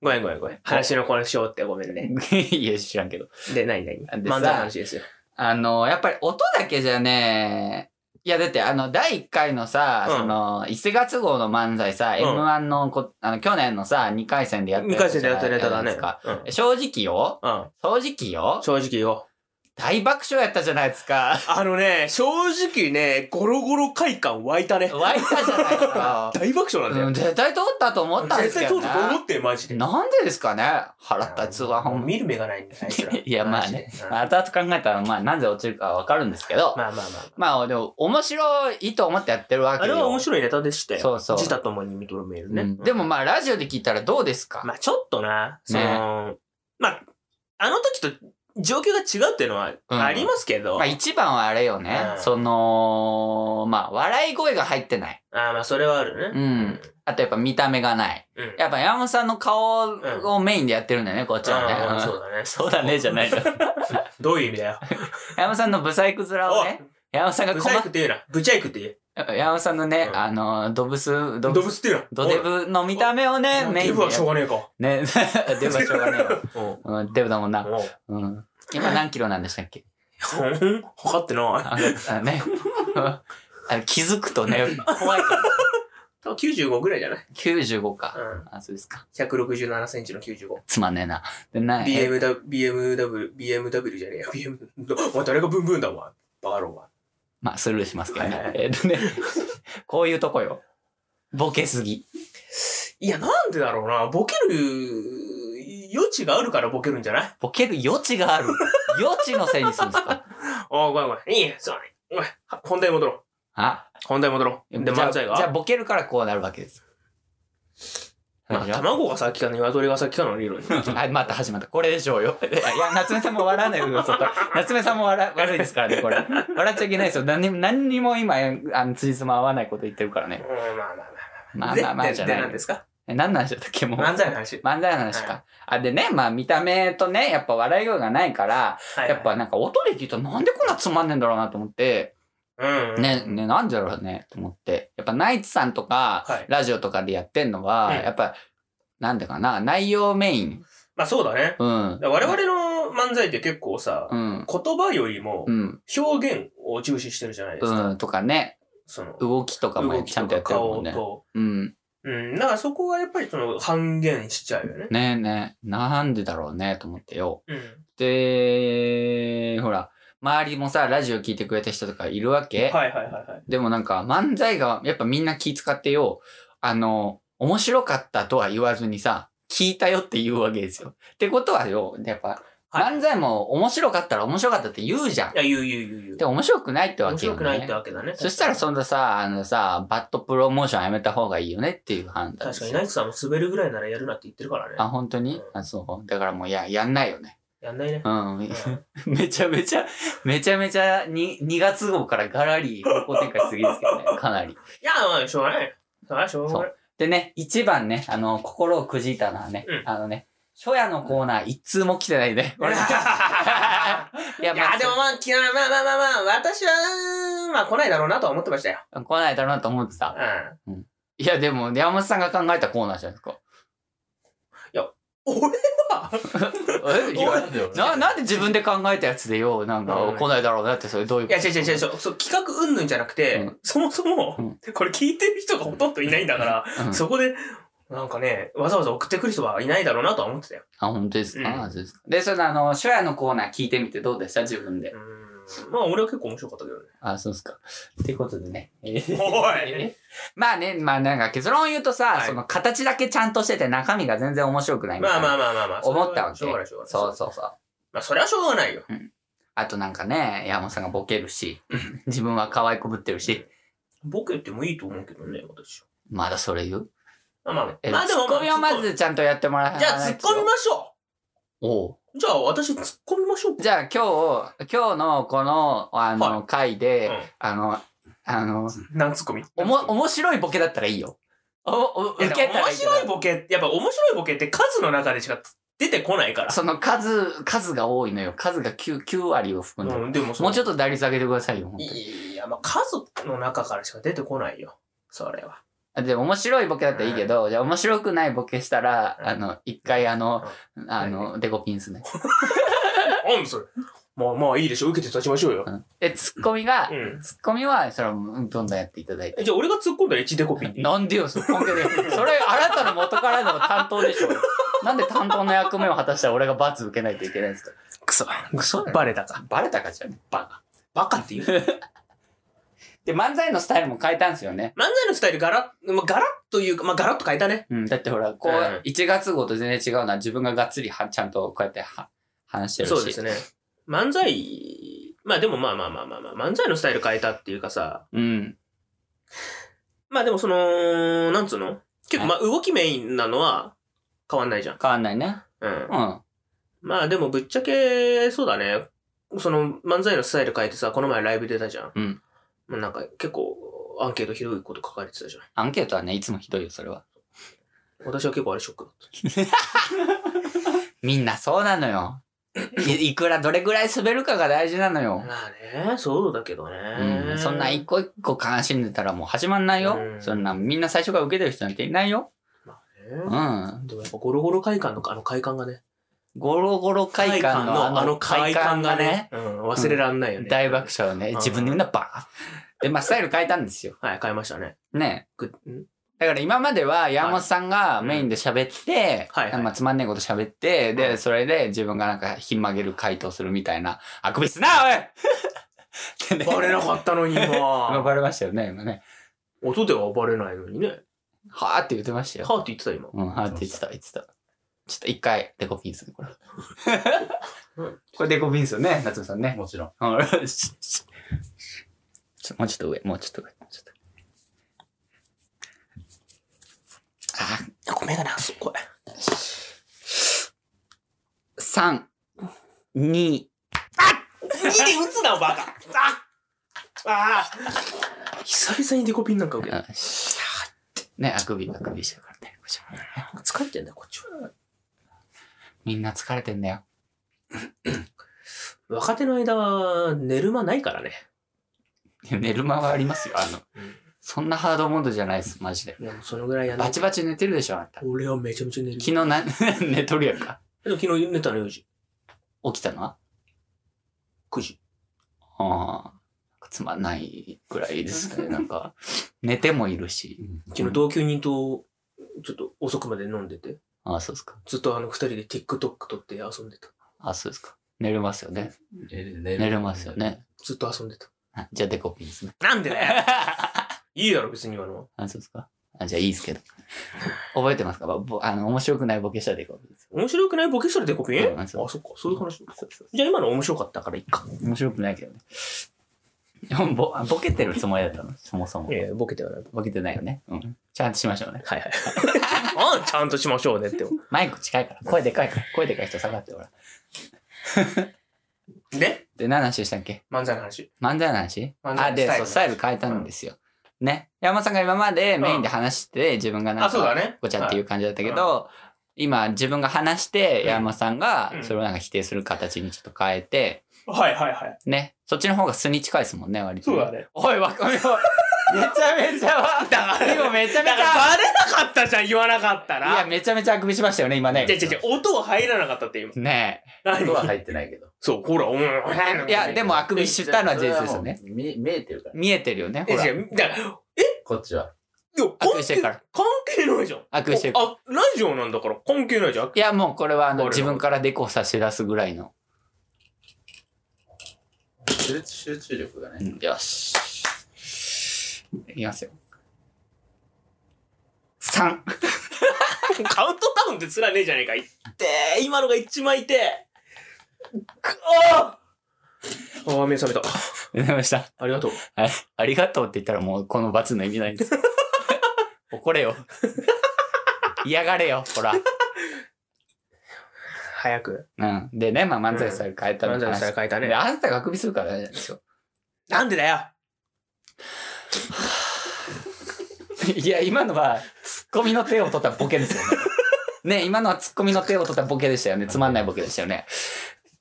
Speaker 2: ごめんごめんごめん。話のこれしようってごめんね。
Speaker 1: いや、知らんけど。
Speaker 2: で、何何
Speaker 1: でさ
Speaker 2: 漫才の話ですよ。
Speaker 1: あの、やっぱり音だけじゃね、いや、だって、あの、第1回のさ、
Speaker 2: うん
Speaker 1: その、1月号の漫才さ、
Speaker 2: うん
Speaker 1: M1 のこ、あの、去年のさ、2回戦でやった
Speaker 2: 2
Speaker 1: やつ
Speaker 2: 回戦でやったネタだね
Speaker 1: じゃない。
Speaker 2: うん
Speaker 1: ですか正直よ
Speaker 2: うん。
Speaker 1: 正直よ
Speaker 2: 正直よ。
Speaker 1: 大爆笑やったじゃないですか。
Speaker 2: あのね、正直ね、ゴロゴロ快感湧いたね。。
Speaker 1: 湧いたじゃないですか
Speaker 2: 大爆笑なんだよ
Speaker 1: うん。絶対通ったと思ったんで
Speaker 2: 絶
Speaker 1: すけ
Speaker 2: 対
Speaker 1: ど
Speaker 2: 通
Speaker 1: ね。
Speaker 2: ると思ってよマジで。
Speaker 1: なんでですかね腹立つわ、ほ
Speaker 2: もうん
Speaker 1: ま。
Speaker 2: 見る目がないんだよ、 あいつら
Speaker 1: いやまあね
Speaker 2: マジでうん
Speaker 1: 後々考えたら、まあ、なぜ落ちるかはわかるんですけど、
Speaker 2: まあまあまあ。
Speaker 1: まあ、でも、面白いと思ってやってるわけ
Speaker 2: あ
Speaker 1: よ。
Speaker 2: れは面白いネタでして、
Speaker 1: そうそう
Speaker 2: 自他ともに認めるね。
Speaker 1: うんでも、まあ、ラジオで聞いたらどうですか、
Speaker 2: まあちょっとな、その、まあ、あの時と状況が違うっていうのは
Speaker 1: うん
Speaker 2: ありますけど、
Speaker 1: まあ、一番はあれよね。
Speaker 2: うん
Speaker 1: その、まあ、笑い声が入ってない。
Speaker 2: ああまあそれはある
Speaker 1: う
Speaker 2: ね。
Speaker 1: ん。あと、やっぱ見た目がない。
Speaker 2: うん。うん
Speaker 1: やっぱ、山本さんの顔をメインでやってるんだよね、こっちは
Speaker 2: うん
Speaker 1: ね。
Speaker 2: そ
Speaker 1: うん
Speaker 2: うだね。
Speaker 1: そうだね、じゃないの。 山
Speaker 2: どういう意味だよ。
Speaker 1: 本さんのブサイク面を
Speaker 2: お
Speaker 1: ね、山本さんが
Speaker 2: ブ
Speaker 1: 細
Speaker 2: サイ
Speaker 1: か
Speaker 2: クって言うな。ブチャイクって言え。
Speaker 1: 山本さんのね、
Speaker 2: うん
Speaker 1: あの、ドブス、ド
Speaker 2: ド
Speaker 1: ブ
Speaker 2: ブスって言うな。
Speaker 1: ドデブの見た目を
Speaker 2: おい
Speaker 1: ね、
Speaker 2: もう
Speaker 1: メインで
Speaker 2: デブはしょうがねえか。
Speaker 1: ね、 デブはしょうがねえ わ。
Speaker 2: うん
Speaker 1: うん、デブだもんな。
Speaker 2: も
Speaker 1: うん。今何キロなんでしたっけ
Speaker 2: う、 測ってな
Speaker 1: ああね。 あ気づくとね、怖いから。
Speaker 2: い。95ぐらいじゃない
Speaker 1: 95か。
Speaker 2: うん。
Speaker 1: あ、そうですか。
Speaker 2: 167センチの95。
Speaker 1: つまんねえな。で、な、え
Speaker 2: BMW、BMW、BMW じゃねえよ。BM、お前誰がブンブンだお前。バカ野郎
Speaker 1: まあ、スルーしますけど
Speaker 2: はいは
Speaker 1: ね
Speaker 2: い。
Speaker 1: えっとね、こういうとこよ。ボケすぎ。
Speaker 2: いや、なんでだろうな。ボケる余地があるからボケるんじゃない
Speaker 1: ボケる余地がある。余地のせいにするんですか
Speaker 2: おい、ごめんごめん。いいね。そうね。ごめん。は本題戻ろう。
Speaker 1: あ
Speaker 2: 本題戻ろう。で、
Speaker 1: じゃあ
Speaker 2: 漫才が。
Speaker 1: じゃあ、ボケるからこうなるわけです。
Speaker 2: まあ卵が先か鶏が先かの 理論に。
Speaker 1: はい、また始まった。これでしょうよ。いや、いや夏目さんも笑わないでください。夏目さんも笑、悪いですからね、これ。笑っちゃいけないですよ。何にも、何にも今、あの、辻褄合わないこと言ってるからね。
Speaker 2: うんまあまあま
Speaker 1: ま
Speaker 2: あ。
Speaker 1: あ
Speaker 2: で
Speaker 1: まあまあじゃ
Speaker 2: で
Speaker 1: な
Speaker 2: で何
Speaker 1: い
Speaker 2: で。すか
Speaker 1: え何なんでしたっけ、もう。
Speaker 2: 漫才の話。
Speaker 1: 漫才の話か。あ、でね、まあ見た目とね、やっぱ笑い声がないから、
Speaker 2: はいはい
Speaker 1: やっぱ、なんか音で聞いたらなんでこんなつまんねえんだろうなと思って、
Speaker 2: うん。
Speaker 1: ね、ね、なんでだろうね、と思って。やっぱナイツさんとか、
Speaker 2: はい。
Speaker 1: ラジオとかでやってんのは、
Speaker 2: うん
Speaker 1: やっぱ、なんでかな、内容メイン。
Speaker 2: まあそうだね。
Speaker 1: うん。
Speaker 2: 我々の漫才って結構さ、
Speaker 1: うん。
Speaker 2: 言葉よりも
Speaker 1: うん。
Speaker 2: 表現を重視してるじゃないですか。
Speaker 1: うん、とかね、
Speaker 2: その、
Speaker 1: 動きとかも
Speaker 2: 動き
Speaker 1: ちゃ
Speaker 2: と
Speaker 1: んとや
Speaker 2: か
Speaker 1: ってるも
Speaker 2: 顔
Speaker 1: んね。
Speaker 2: と。
Speaker 1: うん。
Speaker 2: うん。だからそこはやっぱりその半減しちゃうよね。
Speaker 1: ねえねえ、なんでだろうね、と思ってよ。
Speaker 2: うん。
Speaker 1: で、ほら、周りもさ、ラジオ聞いてくれた人とかいるわけ、
Speaker 2: はいはいはいはい。
Speaker 1: でもなんか、漫才が、やっぱみんな気使ってよ、あの、面白かったとは言わずにさ、聞いたよって言うわけですよ。ってことはよ、やっぱ、
Speaker 2: はい
Speaker 1: 漫才も面白かったら面白かったって言うじゃん
Speaker 2: い。や、言う言う言う言う
Speaker 1: で、。面白くないってわ
Speaker 2: 面
Speaker 1: けよ、
Speaker 2: 白
Speaker 1: ね。
Speaker 2: くないってわけだね。
Speaker 1: そしたら、そんなさ、あのさ、バッドプロモーションやめた方がいいよねっていう判断で
Speaker 2: 確
Speaker 1: す
Speaker 2: か
Speaker 1: よ。
Speaker 2: に、ナイツさんも滑るぐらいならやるなって言ってるからね。
Speaker 1: あ、本当に、
Speaker 2: うん
Speaker 1: あ、そう。だからもう、いや、やんないよね。
Speaker 2: やんないね。
Speaker 1: うん。 めちゃめちゃ、めちゃめちゃに、2月号からガラリ方向転換しすぎですけどね。 かなり。
Speaker 2: いや、まあ、しょうがない。それはしょうがない。
Speaker 1: でね、一番ね、あの、心をくじいたのはね、
Speaker 2: うん
Speaker 1: あのね、初夜のコーナー一通も来てないね。俺い や、
Speaker 2: い
Speaker 1: まあ、
Speaker 2: や、でもまあ、きまあまあまあまあまあ、私は、まあ来ないだろうなとは思ってましたよ。
Speaker 1: 来ないだろうなと思って
Speaker 2: うん。
Speaker 1: た。
Speaker 2: 俺
Speaker 1: いや、でも、山本さんが考えたコーナーじゃないですか。
Speaker 2: は、
Speaker 1: え いやな、なんで自分で考えたやつでよ、なんか、
Speaker 2: うん
Speaker 1: 来ないだろうなって、それどういう
Speaker 2: い
Speaker 1: こ
Speaker 2: や、
Speaker 1: と
Speaker 2: 違う違う違う違う、そう、企画云々じゃなくて、
Speaker 1: うん
Speaker 2: そもそも、これ聞いてる人がほとんどいないんだから、
Speaker 1: うん
Speaker 2: そこで、なんかね、わざわざ送ってくる人はいないだろうなとは思ってたよ。
Speaker 1: あ、本当ですか、
Speaker 2: うん
Speaker 1: あそうですか。で、その、あの、初夜のコーナー聞いてみてどうでした自分で
Speaker 2: う。ーん。まあ、俺は結構面白かったけどね。
Speaker 1: あ、そうですか。ってことでね。えー
Speaker 2: おい
Speaker 1: まあね、まあなんか結論を言うとさ、
Speaker 2: はい
Speaker 1: その形だけちゃんとしてて中身が全然面白くないみたい
Speaker 2: ま
Speaker 1: な。
Speaker 2: あまあまあまあまあ。
Speaker 1: 思ったわけ
Speaker 2: しょうがないしょうがない。
Speaker 1: そうそうそう。
Speaker 2: まあ、それはしょうがないよ。
Speaker 1: あとなんかね、山本さんがボケるし、 自分は可愛くぶってるし、
Speaker 2: ボケてもいいと思うけどね、私。
Speaker 1: まだそれ言う
Speaker 2: まあま
Speaker 1: え
Speaker 2: あ、まあでも
Speaker 1: ツッコミをまずちゃんとやってもらわない
Speaker 2: じ
Speaker 1: と
Speaker 2: ゃあ、突っ込みましょ
Speaker 1: おう。
Speaker 2: じゃあ、私突っ込みましょうか。
Speaker 1: じゃあ今日、今日のこの、あの、
Speaker 2: は
Speaker 1: 回で、
Speaker 2: うん
Speaker 1: あの、あの、
Speaker 2: 何突っ込み
Speaker 1: おも、面白いボケだったらいいよ。お、お、
Speaker 2: い
Speaker 1: 受
Speaker 2: や
Speaker 1: けたら
Speaker 2: 面
Speaker 1: いいけど
Speaker 2: 白いボケ、やっぱ面白いボケって数の中でしか出てこ ないから。
Speaker 1: その数、数が多いのよ。数が 9, 9割を含んでる。
Speaker 2: うん、でもそ
Speaker 1: も
Speaker 2: の
Speaker 1: うちょっと打率上げてくださいよ、本当に。
Speaker 2: いや、まあ、数の中からしか出てこないよ。それは。
Speaker 1: あでも面白いボケだったらいいけど、じゃあ面白くないボケしたら、
Speaker 2: うん
Speaker 1: あの、一回あの、あの、デコピンすね。
Speaker 2: なんそれ。まあまあいいでしょ。受けて立ちましょうよ。
Speaker 1: うんで、ツッコミが
Speaker 2: う、ん。
Speaker 1: ツッコミは、それはうんどんどんやっていただいて。
Speaker 2: えじゃあ俺が突っ込んだら1デコピンでいい。
Speaker 1: なんでよ、そこ で。それ、あなたの元からの担当でしょ。なんで担当の役目を果たしたら俺が罰受けないといけないんですか
Speaker 2: クソ。クソバレたか。
Speaker 1: バレたかじゃん。バカ。
Speaker 2: バカって言う。
Speaker 1: で、漫才のスタイルも変えたんですよね。
Speaker 2: 漫才のスタイルガラッ、まあ、ガラッというか、まあガラッと変えたね。
Speaker 1: うん、だってほら、こう、
Speaker 2: うん
Speaker 1: 1月号と全然違うのは自分ががっつりはちゃんとこうやっては話してるし。
Speaker 2: そうですね。漫才、まあでもまあまあまあまあまあ、漫才のスタイル変えたっていうかさ、
Speaker 1: うん。
Speaker 2: まあでもその、なんつうの結構まあ動きメインなのは変わんないじゃん。
Speaker 1: 変わんないね。
Speaker 2: うん。
Speaker 1: うん。
Speaker 2: まあでもぶっちゃけ、そうだね。その漫才のスタイル変えてさ、この前ライブ出たじゃん。
Speaker 1: うん
Speaker 2: もうなんか結構アンケートひどいこと書かれてたじゃん。
Speaker 1: アンケートはね、いつもひどいよ、それは。
Speaker 2: 私は結構あれショックだっ
Speaker 1: みんなそうなのよ。 いいくらどれぐらい滑るかが大事なの
Speaker 2: た。
Speaker 1: よ。
Speaker 2: まあね、そうだけどね。
Speaker 1: うん、そんな一個一個悲しんでたらもう始まんないよ。
Speaker 2: うん
Speaker 1: そんなみんな最初から受けてる人なんていないよ。う
Speaker 2: ね
Speaker 1: ん。
Speaker 2: でもやっぱゴロゴロ会館のあの会館がね。
Speaker 1: ゴロゴロ会館のあの会館がね、、
Speaker 2: うん、忘れらんないよね。
Speaker 1: 大爆笑ね、
Speaker 2: うん
Speaker 1: 自分で言うのはバカ。で、まあスタイル変えたんですよ。
Speaker 2: はい、変えましたね。
Speaker 1: ね。
Speaker 2: ぐん
Speaker 1: だから今までは山本さんがメインで喋って、
Speaker 2: はいはい
Speaker 1: まあ、つまんねえこと喋って、
Speaker 2: う
Speaker 1: で、
Speaker 2: ん
Speaker 1: それで自分がなんかひん曲げる回答するみたいな、あくびすな、おいってね。
Speaker 2: バレなかったのに
Speaker 1: 今
Speaker 2: 今。
Speaker 1: バレましたよね、今ね。
Speaker 2: 音ではバレないのにね。
Speaker 1: はーって言ってましたよ。
Speaker 2: はーって言ってた今。
Speaker 1: うん、はーって言ってた、言ってた。ちょっと一回、デコピンする、 これ。これデコピンすよね、夏目さんね。
Speaker 3: もちろん。
Speaker 1: うんよしちょもうちょっと上、もうちょっと上、もうちょっと。あー、
Speaker 2: ごめんなさい、これ。
Speaker 1: 3、2、
Speaker 2: 2で打つな、バカあああ久々にデコピンなんか受けた。
Speaker 1: ね、あくび、あくびしてるからね。こっちもね
Speaker 2: 疲れてんだよ、こっちは。
Speaker 1: みんな疲れてんだよ。
Speaker 2: 若手の間は寝る間ないからね。
Speaker 1: 寝る間はありますよ。あの
Speaker 2: うん、
Speaker 1: そんなハードモードじゃないです、マジで。
Speaker 2: いや、もうそのぐらいやんな
Speaker 1: バ
Speaker 2: い
Speaker 1: チバチ寝てるでしょ、あんた。
Speaker 2: 俺はめちゃめちゃ寝る。
Speaker 1: 昨日な、 寝とるやんか。
Speaker 2: でも昨日寝たの4時、
Speaker 1: 起きたのは
Speaker 2: 9時。
Speaker 1: ああ、つまんないぐらいですね。なんか、寝てもいるし。
Speaker 2: 昨日同居人と、ちょっと遅くまで飲んでて、
Speaker 1: ああ、そうですか。
Speaker 2: ずっとあの二人で TikTok 撮って遊んでた。
Speaker 1: ああ、そうですか。寝れますよね。
Speaker 3: 寝る
Speaker 1: 寝れますよ。ね。
Speaker 2: ずっと遊んでた。
Speaker 1: あじゃあ、デコピンですね。
Speaker 2: なんでだよいいだろ、別に今のは。
Speaker 1: あ、そうですか。あじゃあ、いいですけど。覚えてますかぼぼあの、面白くないボケしたデコピンです。
Speaker 2: 面白くないボケしたらデコピン
Speaker 1: うん
Speaker 2: あ、
Speaker 1: そう
Speaker 2: そっか、そういう話。
Speaker 1: そうそう
Speaker 2: じゃあ今の面白かったからいいか。
Speaker 1: 面白くないけどね。でもぼボケてるつもりだったの、そもそも
Speaker 2: い。やいやボケてはない。
Speaker 1: ボケてないよね。うん。ちゃんとしましょうね。
Speaker 2: はいはい。あんちゃんとしましょうねって。
Speaker 1: マイク近いから、声でかいから、声でかい人下がって、ほら。
Speaker 2: で、
Speaker 1: で、何の話でしたっけ
Speaker 2: 漫才の話。
Speaker 1: 漫才の話
Speaker 2: 漫才
Speaker 1: あ、
Speaker 2: の
Speaker 1: で、
Speaker 2: スタイルの話
Speaker 1: そう、スタイル変えたんですよ。ね。山本さんが今までメインで話して、自分がなん
Speaker 2: あ、そうだ
Speaker 1: か、
Speaker 2: ね。。
Speaker 1: ごちゃっていうう感じだったけど、今自分が話して、
Speaker 2: うん
Speaker 1: 山本さんが
Speaker 2: う、ん
Speaker 1: それをなんか否定する形にちょっと変えて、
Speaker 2: はいはいはい。
Speaker 1: ね。そっちの方が素に近いですもんね、割と。
Speaker 2: そうだね。
Speaker 1: おい、若者。めちゃ めちゃわ、だから、今めちゃ
Speaker 2: だ
Speaker 1: め
Speaker 2: か
Speaker 1: ち
Speaker 2: ら
Speaker 1: ゃ。
Speaker 2: バレなかったじゃん、言わなかった
Speaker 1: いや、
Speaker 2: ら。
Speaker 1: めちゃめちゃあくびしましたよね、今ね
Speaker 2: じゃ。じゃじゃ音は入らなかったって今。
Speaker 1: ね
Speaker 2: 何
Speaker 3: 音は入ってないけど。
Speaker 2: そう、ほら、お前
Speaker 1: え。いや、でもあくびしたのは事実ですよね。
Speaker 3: それはもう。見見えてるから、
Speaker 1: 見えてるよね、
Speaker 2: え、
Speaker 1: ほら
Speaker 2: じゃ。だから、
Speaker 3: こっちは。
Speaker 2: いや、
Speaker 1: あ
Speaker 2: 関
Speaker 1: くびして
Speaker 2: 係
Speaker 1: るから
Speaker 2: 関係ないじゃん。
Speaker 1: あくびしてるから
Speaker 2: あ、ラジオなんだから関係ないじゃん。
Speaker 1: いや、もうこれはあの
Speaker 2: 俺の
Speaker 1: 自分からデコ差し出すぐらいの。
Speaker 3: 集集中力が
Speaker 1: う
Speaker 3: ね。
Speaker 1: んよし。いきますよ。3。
Speaker 2: カウントダウンってつらねえじゃねえか。いってー今のが一枚いてくあーあー、目覚めた。
Speaker 1: 出ました。
Speaker 2: ありがとう。
Speaker 1: はい。ありがとうって言ったらもうこの罰の意味ないんです。怒れよ。嫌がれよ、ほら。
Speaker 2: 早く。
Speaker 1: うん。でね、まあ漫才され変えたの
Speaker 2: 漫才
Speaker 1: 話
Speaker 2: さん書いた
Speaker 1: で、
Speaker 2: ね。
Speaker 1: あなたがあくびするからじゃないですよ。
Speaker 2: なんでだよ
Speaker 1: いや、今のは、ツッコミの手を取ったボケですよね。ね、今のはツッコミの手を取ったボケでしたよね。つまんないボケでしたよね。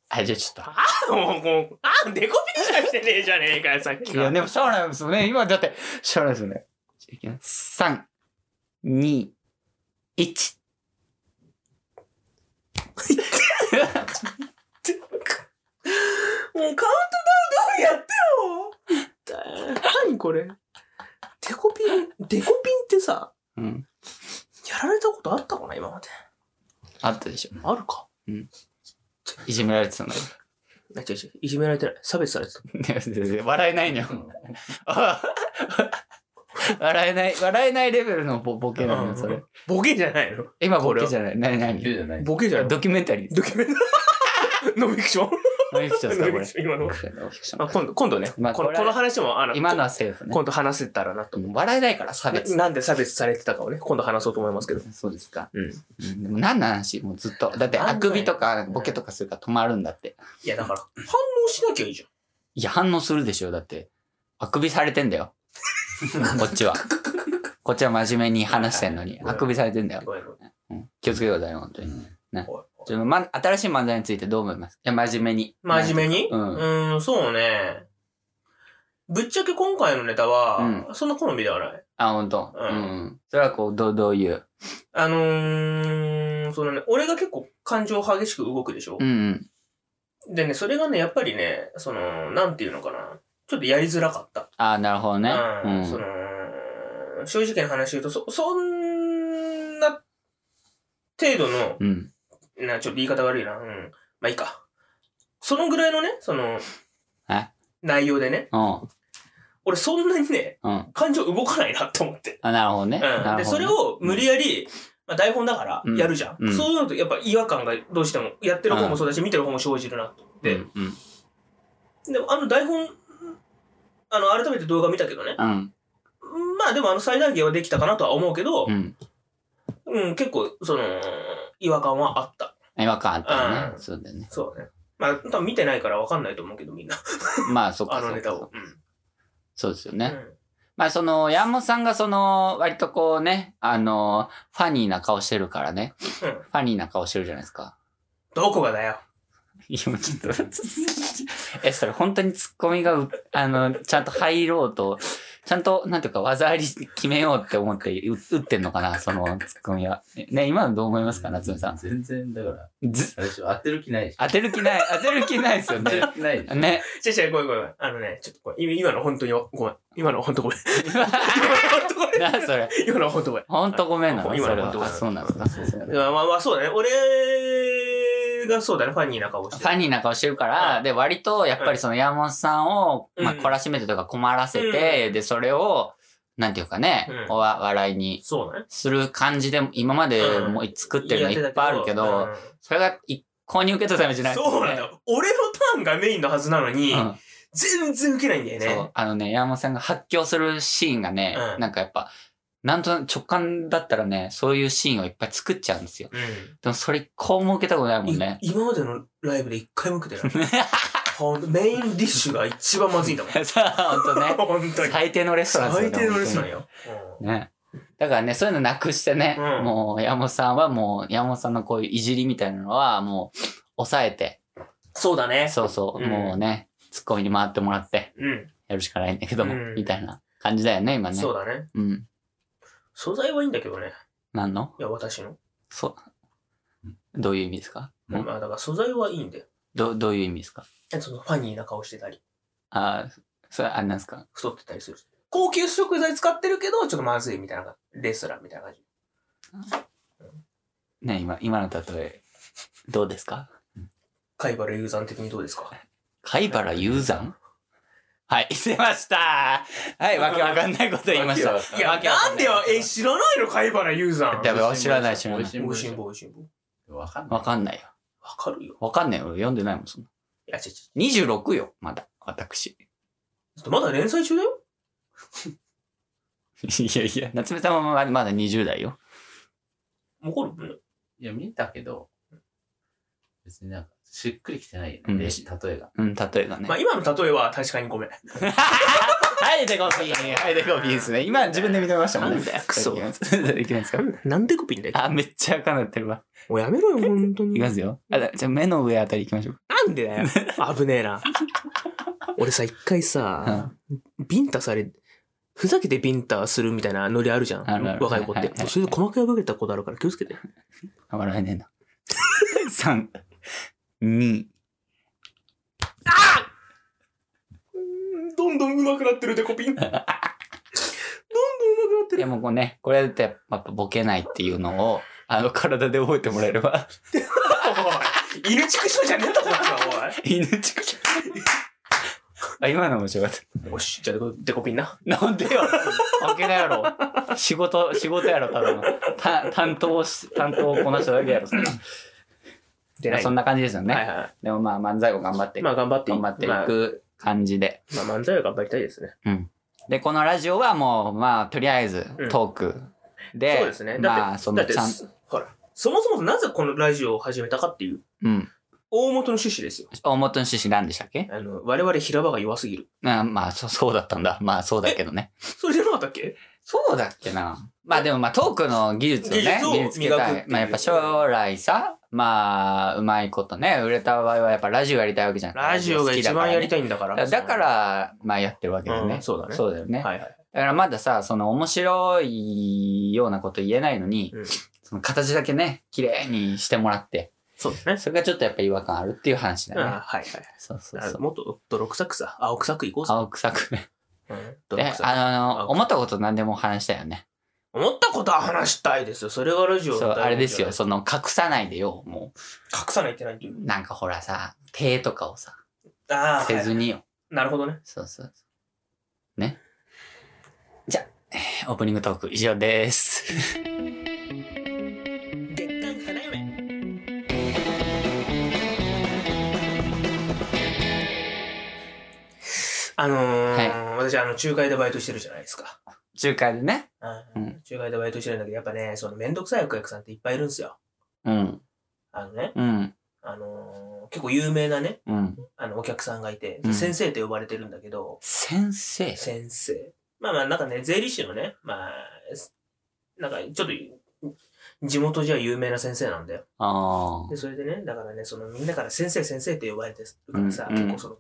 Speaker 1: はい、じゃあちょっと。
Speaker 2: もう、もう、あん、デコピンしかしてねえじゃねえかよ、さっき
Speaker 1: い
Speaker 2: の。
Speaker 1: や、でもしょうがないですよね。今だって、しょうがないですよね。いきます3、2、1。
Speaker 2: もうカウントダウン通りやってよ何これデコピン、デコピンってさ、
Speaker 1: うん。
Speaker 2: やられたことあったかな今まで。
Speaker 1: あったでしょ。
Speaker 2: あるか。
Speaker 1: いじめられてたのよ。
Speaker 2: いや違う違う、いじめられてない。差別されてた。
Speaker 1: ね笑えないのよ。
Speaker 3: うん
Speaker 1: 笑えない、笑えないレベルのボボケなのよ、それ。
Speaker 2: ボケじゃないの
Speaker 1: 今ボケじゃない。なにな
Speaker 3: 言
Speaker 1: に
Speaker 3: うじゃない。
Speaker 2: ボケじゃないの
Speaker 1: ドキュメンタリーです。
Speaker 2: ドキュメント ノンフィクション
Speaker 1: ノンフィクションですかこ
Speaker 2: ノンフィ
Speaker 1: れ
Speaker 2: ク。ション今の。
Speaker 1: ノンフィクション
Speaker 2: あ今度、今度ね。
Speaker 1: まあ
Speaker 2: この
Speaker 1: これ
Speaker 2: この話も、あの、
Speaker 1: 今のはセーフね。
Speaker 2: 今度話せたらなと。
Speaker 1: 笑えないから差別。
Speaker 2: なんで差別されてたかをね、今度話そうと思いますけど。
Speaker 1: そうですか。
Speaker 2: うん。
Speaker 1: うんでも何の話もうずっと。だって、あくびとか、ボケとかするから止まるんだって。
Speaker 2: いや、だから、反応しなきゃいいじゃん。
Speaker 1: いや、反応するでしょ。だって、あくびされてんだよ。こっちは。こっちは真面目に話してんのに、あくびされてんだよ。
Speaker 2: ごめんごめん
Speaker 1: うん気をつけてくださいよ、本当に。
Speaker 2: おいおい
Speaker 1: ちょま、新しい漫才についてどう思いますいや、真面目に。
Speaker 2: 真面目に
Speaker 1: うん
Speaker 2: ーん、そうね。ぶっちゃけ今回のネタは、そんな好みではない。
Speaker 1: あ、本当。
Speaker 2: うん
Speaker 1: うん。それはこう、どう、どういう。
Speaker 2: あのー、そのね、俺が結構感情激しく動くでしょ
Speaker 1: う、んうん。
Speaker 2: でね、それがね、やっぱりね、その、なんていうのかな。ちょっとやりづらかった。
Speaker 1: あ、なるほどね。う
Speaker 2: うん、そ
Speaker 1: ん。
Speaker 2: の、正直な話言うと、そ、そんな、程度の、
Speaker 1: うん。
Speaker 2: な、ちょっと言い方悪いな。うん。まあいいか。そのぐらいのね、その
Speaker 1: え、
Speaker 2: 内容でね、
Speaker 1: うん。
Speaker 2: 俺そんなにね、
Speaker 1: うん。
Speaker 2: 感情動かないなって思って。
Speaker 1: あ、なるほどね。
Speaker 2: うん。
Speaker 1: な
Speaker 2: で、
Speaker 1: るほ
Speaker 2: そ
Speaker 1: ど
Speaker 2: れ
Speaker 1: ね。
Speaker 2: を無理やり、まあ台本だから
Speaker 1: うん
Speaker 2: やるじゃん。
Speaker 1: うん
Speaker 2: そういうのとやっぱ違和感がどうしても、やってる方もそうだし、見てる方も生じるなと思って。
Speaker 1: うんうん。
Speaker 2: でもあの台本、あの、改めて動画見たけどね。
Speaker 1: うん。
Speaker 2: まあでもあの最大限はできたかなとは思うけど
Speaker 1: う、ん。
Speaker 2: うん、結構、その、違和感はあった。
Speaker 1: 違和感あったよね。
Speaker 2: うん
Speaker 1: そうだよね。
Speaker 2: そうね。まあ、多分見てないから分かんないと思うけど、みんな。
Speaker 1: まあ、そっか。
Speaker 2: あのネタ
Speaker 1: そっ
Speaker 2: を
Speaker 1: か。そうですよ
Speaker 2: うん。
Speaker 1: ね。
Speaker 2: うん
Speaker 1: まあ、その、山本さんがその、割とこうね、あの、ファニーな顔してるからね。
Speaker 2: うん
Speaker 1: ファニーな顔してるじゃないですか。
Speaker 2: どこがだよ。
Speaker 1: いや、もうちょっと。 え、それ本当にツッコミがう、あの、ちゃんと入ろうと、ちゃんと、なんていうか、技あり決めようって思ってう打ってんのかな、そのツッコミは。ね、今のどう思いますか、夏目さん。
Speaker 3: 全然、だから、
Speaker 1: ず、
Speaker 3: あれでしょ、当てる気ないでしょ。
Speaker 1: 当てる気ない、当てる気ないですよ
Speaker 3: 当て
Speaker 1: ね。
Speaker 3: る気ないでしょ。
Speaker 1: ね。
Speaker 2: 違う違う、ごめんごめん。あのね、ちょっとごめん。今今の本当にごめん。今の本当ごめん。
Speaker 1: な、それ。
Speaker 2: 今の本当ごめん。
Speaker 1: ほんとごめんなの、そ
Speaker 2: 今
Speaker 1: れ
Speaker 2: の本当ご
Speaker 1: は。
Speaker 2: め
Speaker 1: あ
Speaker 2: ん
Speaker 1: そうなんですか。そうなんですか
Speaker 2: いやまあまあそうだね。俺がそうだね、ファニーな顔して
Speaker 1: ファニーな顔してるから、
Speaker 2: うん
Speaker 1: で、割と、やっぱりその山本さんを、
Speaker 2: うん
Speaker 1: まあ、懲らしめてとか困らせて、で、それを、なんていうかね、
Speaker 2: うん
Speaker 1: おわ笑いに
Speaker 2: そうだね。
Speaker 1: する感じで、今まで
Speaker 2: うん
Speaker 1: もう作ってるのいっぱいあるけど、
Speaker 2: やってた
Speaker 1: それが一向に受け取るためじゃな
Speaker 2: け
Speaker 1: い、
Speaker 2: どうんそうなんだよ。俺のターンがメインのはずなのに、
Speaker 1: うん
Speaker 2: 全然受けないんだよ
Speaker 1: そ
Speaker 2: ね
Speaker 1: う。。あのね、山本さんが発狂するシーンがね、
Speaker 2: うん
Speaker 1: なんかやっぱ、なんとなく直感だったらね、そういうシーンをいっぱい作っちゃうんですよ。でもそれ一向も受けたことないも
Speaker 2: うんん、
Speaker 1: ね。
Speaker 2: い今までのライブで一回も受けてない。 ほんとメインディッシュが一番まずいんだもん。
Speaker 1: そう、ほんと ね。
Speaker 2: 本当に。
Speaker 1: 最低のレストランですよ
Speaker 2: 最
Speaker 1: ね
Speaker 2: 低のレストラ
Speaker 1: 本当に
Speaker 2: ンよ。うん
Speaker 1: ね。だからね、そういうのなくしてね、
Speaker 2: うん
Speaker 1: もう山本さんはもう、山本さんのこういういじりみたいなのはもう、抑えて、
Speaker 2: そうだね。
Speaker 1: そうそう、
Speaker 2: うん
Speaker 1: もうね、ツッコミに回ってもらって、
Speaker 2: うん。
Speaker 1: やるしかないんだけども、
Speaker 2: うん
Speaker 1: みたいな感じだよね、今ね。
Speaker 2: そうだね。
Speaker 1: うん。
Speaker 2: 素材はいいんだけどね。
Speaker 1: なんの
Speaker 2: いや、私の。
Speaker 1: そう。どういう意味ですか、うん
Speaker 2: まあ、だから素材はいいんだよ。
Speaker 1: どどういう意味ですか
Speaker 2: えそのファニーな顔してたり、
Speaker 1: ああ、それ、あれなんですか
Speaker 2: 太ってたりする。高級食材使ってるけど、ちょっとまずいみたいな、レストランみたいな感じ。
Speaker 1: ね、今、今の例え、どうですか
Speaker 2: 貝原雄山的にどうですか
Speaker 1: 貝原雄山はい、出ましたはい、わけわかんないこと言いました。
Speaker 3: わけわかんな い
Speaker 2: いや、なんでよ、え、知らないの貝原雄山。
Speaker 1: やばい知らない知らない
Speaker 3: 美味しい
Speaker 2: 美
Speaker 3: もん
Speaker 2: 味
Speaker 3: で
Speaker 2: し
Speaker 3: し
Speaker 2: ん
Speaker 3: ょ
Speaker 2: ぼ、美味しんぼ。わ
Speaker 3: わかんない。
Speaker 1: わかんないよ。
Speaker 2: かるよ。
Speaker 1: わかんないよ。俺読んでないもん、そんな。
Speaker 2: いや、ちょち
Speaker 1: 26よ、まだ。私。
Speaker 2: ょ、まだ連載中だよ。
Speaker 1: いやいや、夏目さんはまだ20代よ。
Speaker 2: もうこる
Speaker 3: いや、見たけど、別になんか、しっくりきてないよ
Speaker 1: うん
Speaker 3: ね。例えが。
Speaker 1: うん、例えばね。
Speaker 2: まあ今の例えは確かにごめん。
Speaker 1: はい、デコピー。はい、デコピーですね。今、自分で認めましたもんね。
Speaker 2: なんだよクソ
Speaker 1: いきますいきますか
Speaker 2: なんでコピーんだよ。
Speaker 1: あ、めっちゃ赤なってるわ。
Speaker 2: もうやめ ろよ、本当
Speaker 1: い
Speaker 2: に。
Speaker 1: き
Speaker 2: な
Speaker 1: ますよ。あ、だじゃあ目の上あたり行きましょうか。
Speaker 2: んでだよ。危ねえ な。俺さ、一回さ、ビンタされ、ふざけてビンタするみたいなノリあるじゃ
Speaker 1: あるあ
Speaker 2: ん。
Speaker 1: る
Speaker 2: 若い子っ
Speaker 1: はいはいは
Speaker 2: て。
Speaker 1: い
Speaker 2: それで鼓膜破れたことあるから気をつけて。
Speaker 1: あ笑えねえ な。3、2、
Speaker 2: どんどん上手くなってるデコピン。どんどん上手くなって
Speaker 1: で。もこうね、これってやっぱボケないっていうのを、あの、体で覚えてもらえれ ば、
Speaker 2: お い犬畜生じゃねえんだこいつは
Speaker 1: 犬ちくちあ、今の面白かった。
Speaker 2: おい。よし、じゃあデコデコピンな。
Speaker 1: なんでよ。ボケだやろ。仕事、仕事やろ、ただの。た担当し、担当をこなしただけやろ、そんな。
Speaker 2: で
Speaker 1: まあそんな感じですよね。
Speaker 2: はいは
Speaker 1: でもまあ漫才を頑張って
Speaker 2: い。
Speaker 1: いく、
Speaker 2: まあ頑張ってい
Speaker 1: 頑張っていく感じで。
Speaker 2: まあまあ漫才は頑張りたいですね。
Speaker 1: で、このラジオはもう、まあ、とりあえず
Speaker 2: うん
Speaker 1: トークで、
Speaker 2: そうですね。だ
Speaker 1: まあ、
Speaker 2: って、
Speaker 1: そ
Speaker 2: だ
Speaker 1: の
Speaker 2: って
Speaker 1: ちゃん、
Speaker 2: ほら、そもそもなぜこのラジオを始めたかっていう、
Speaker 1: うん。
Speaker 2: 大元の趣旨ですよ。
Speaker 1: 大元の趣旨なんでしたっけ
Speaker 2: あの、我々平場が弱すぎる。
Speaker 1: あまあそ、そうだったんだ。まあ、そうだけどね。
Speaker 2: それじゃなかったっけ
Speaker 1: そうだっけな。まあでもまあトークの技術をね、
Speaker 2: 技術を
Speaker 1: 身につけた
Speaker 2: 磨くって
Speaker 1: い
Speaker 2: い。う
Speaker 1: まあやっぱ将来さ、まあ、うまいことね、売れた場合はやっぱラジオやりたいわけじゃん。
Speaker 2: ラジオが一番やりたいんだか
Speaker 1: い
Speaker 2: ら。
Speaker 1: だから、まあやってるわけだよね。
Speaker 2: うんそうだね
Speaker 1: そうだよね。
Speaker 2: はいは
Speaker 1: だ
Speaker 2: い。
Speaker 1: からまださ、その面白いようなこと言えないのに、
Speaker 2: うん
Speaker 1: その形だけね、綺麗にしてもらって、
Speaker 2: そうですね。
Speaker 1: それがちょっとやっぱ違和感あるっていう話だ
Speaker 2: うん
Speaker 1: ね。
Speaker 2: はいはい。
Speaker 1: そうそう
Speaker 2: あ
Speaker 1: そ
Speaker 2: の
Speaker 1: う。
Speaker 2: もっと泥臭くさ、青臭くいこうさ。
Speaker 1: 青臭くね。
Speaker 2: うん泥
Speaker 1: え
Speaker 2: 臭く。
Speaker 1: あ
Speaker 2: 青
Speaker 1: の、
Speaker 2: 臭い
Speaker 1: 思ったこと何でも話したよね。
Speaker 2: 思ったことは話したいですよ。それがラジオ
Speaker 1: そう、
Speaker 2: の醍
Speaker 1: あ
Speaker 2: 醐味じゃない
Speaker 1: れですよ。その、隠さないでよ、も
Speaker 2: 隠さないってないっていう
Speaker 1: う。。なんかほらさ、手とかをさ、
Speaker 2: ああ、
Speaker 1: せ
Speaker 2: は
Speaker 1: ずによ。
Speaker 2: いなるほどね。
Speaker 1: そうそうそう。ね。じゃあ、オープニングトーク以上です。
Speaker 2: 月刊花嫁。あのー私、あの、仲介でバイトしてるじゃないですか。
Speaker 1: 中華でね。う
Speaker 2: う
Speaker 1: ん
Speaker 2: ん、仲介でバイトしてるんだけど、やっぱね、その、めんどくさい悪役さんっていっぱいいるんですよ。
Speaker 1: うん。
Speaker 2: あのね、
Speaker 1: うん。
Speaker 2: あのー結構有名なね、
Speaker 1: うん。
Speaker 2: あの、お客さんがいて、
Speaker 1: うん
Speaker 2: 先生って呼ばれてるんだけど、
Speaker 1: 先生。
Speaker 2: 先生。まあまあ、なんかね、税理士のね、まあ、なんか、ちょっと、地元じゃ有名な先生なんだよ。
Speaker 1: ああ
Speaker 2: で、。それでね、だからね、そのみんなから先生先生って呼ばれてるからさ、
Speaker 1: うんうん
Speaker 2: 結構その、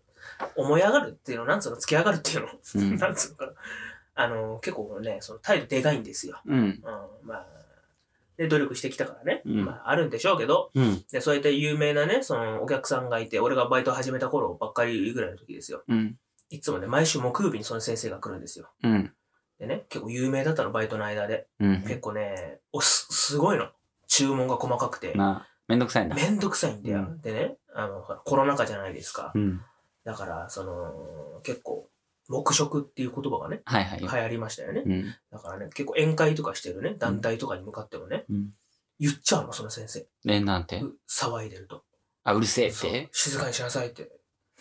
Speaker 2: 思い上がるっていうの、なんつうの、つけ上がるっていうの、
Speaker 1: うん
Speaker 2: なんつうのかな。あの、結構ね、その態度でかいんですよ。
Speaker 1: うん。
Speaker 2: うん、まあ、で、努力してきたからね、
Speaker 1: うん
Speaker 2: まあ、あるんでしょうけど、
Speaker 1: うん。
Speaker 2: で、そうやって有名なね、その、お客さんがいて、俺がバイト始めた頃ばっかりぐらいの時ですよ。
Speaker 1: うん。
Speaker 2: いつもね、毎週木曜日にその先生が来るんですよ。
Speaker 1: うん。
Speaker 2: でね、結構有名だったの、バイトの間で。
Speaker 1: うん。
Speaker 2: 結構ね、おす、すごいの。注文が細かくて。
Speaker 1: まあ、めんどくさいな。
Speaker 2: めんどくさいんだよ。
Speaker 1: う
Speaker 2: でね、あの、ほらコロナ禍じゃないですか。
Speaker 1: うん。
Speaker 2: だから、その、結構、黙食っていう言葉がね、
Speaker 1: はいはい
Speaker 2: 流。行りましたよね。
Speaker 1: うん。
Speaker 2: だからね、結構宴会とかしてるね、団体とかに向かってもね、
Speaker 1: うん
Speaker 2: 言っちゃうの、その先生。
Speaker 1: で、なんて
Speaker 2: う騒いでると。
Speaker 1: あ、うるせえっ
Speaker 2: そう
Speaker 1: て
Speaker 2: 静かにしなさいって。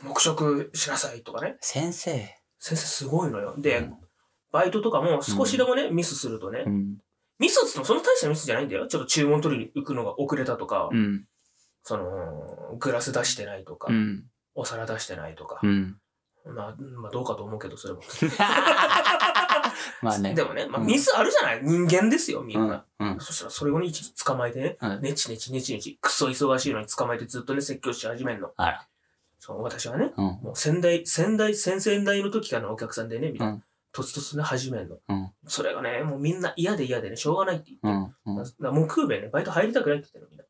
Speaker 2: 黙食しなさいとかね。
Speaker 1: 先生。
Speaker 2: 先生すごいのよ。で、
Speaker 1: うん
Speaker 2: バイトとかも少しでもね、ミスするとね、
Speaker 1: うん。
Speaker 2: ミスっつってもそんな大したミスじゃないんだよ。ちょっと注文取りに行くのが遅れたとか、
Speaker 1: うん。
Speaker 2: その、グラス出してないとか、
Speaker 1: うん。
Speaker 2: お皿出してないとか
Speaker 1: う、ん。
Speaker 2: まあ、まあ、どうかと思うけど、それも。
Speaker 1: まあね
Speaker 2: で。もね、まあ、
Speaker 1: うん
Speaker 2: ミスあるじゃない、人間ですよ、み
Speaker 1: うんん
Speaker 2: な。。
Speaker 1: うん。
Speaker 2: そしたら、それをね、いちいち捕まえてね、
Speaker 1: うん
Speaker 2: ねちねちねちねち、クソ忙しいのに捕まえてずっとね、説教し始めるの。
Speaker 1: あら。
Speaker 2: そう、私はね、
Speaker 1: うん。
Speaker 2: もう先代、先代、先々代の時からのお客さんでね、みたいな。
Speaker 1: うん
Speaker 2: とつとつね、始めるの、
Speaker 1: うん
Speaker 2: それがね、もうみんな嫌で嫌でね、しょうがないって言って。
Speaker 1: うん。うん
Speaker 2: だから木曜日はね、バイト入りたくないって言ってるの、みんな。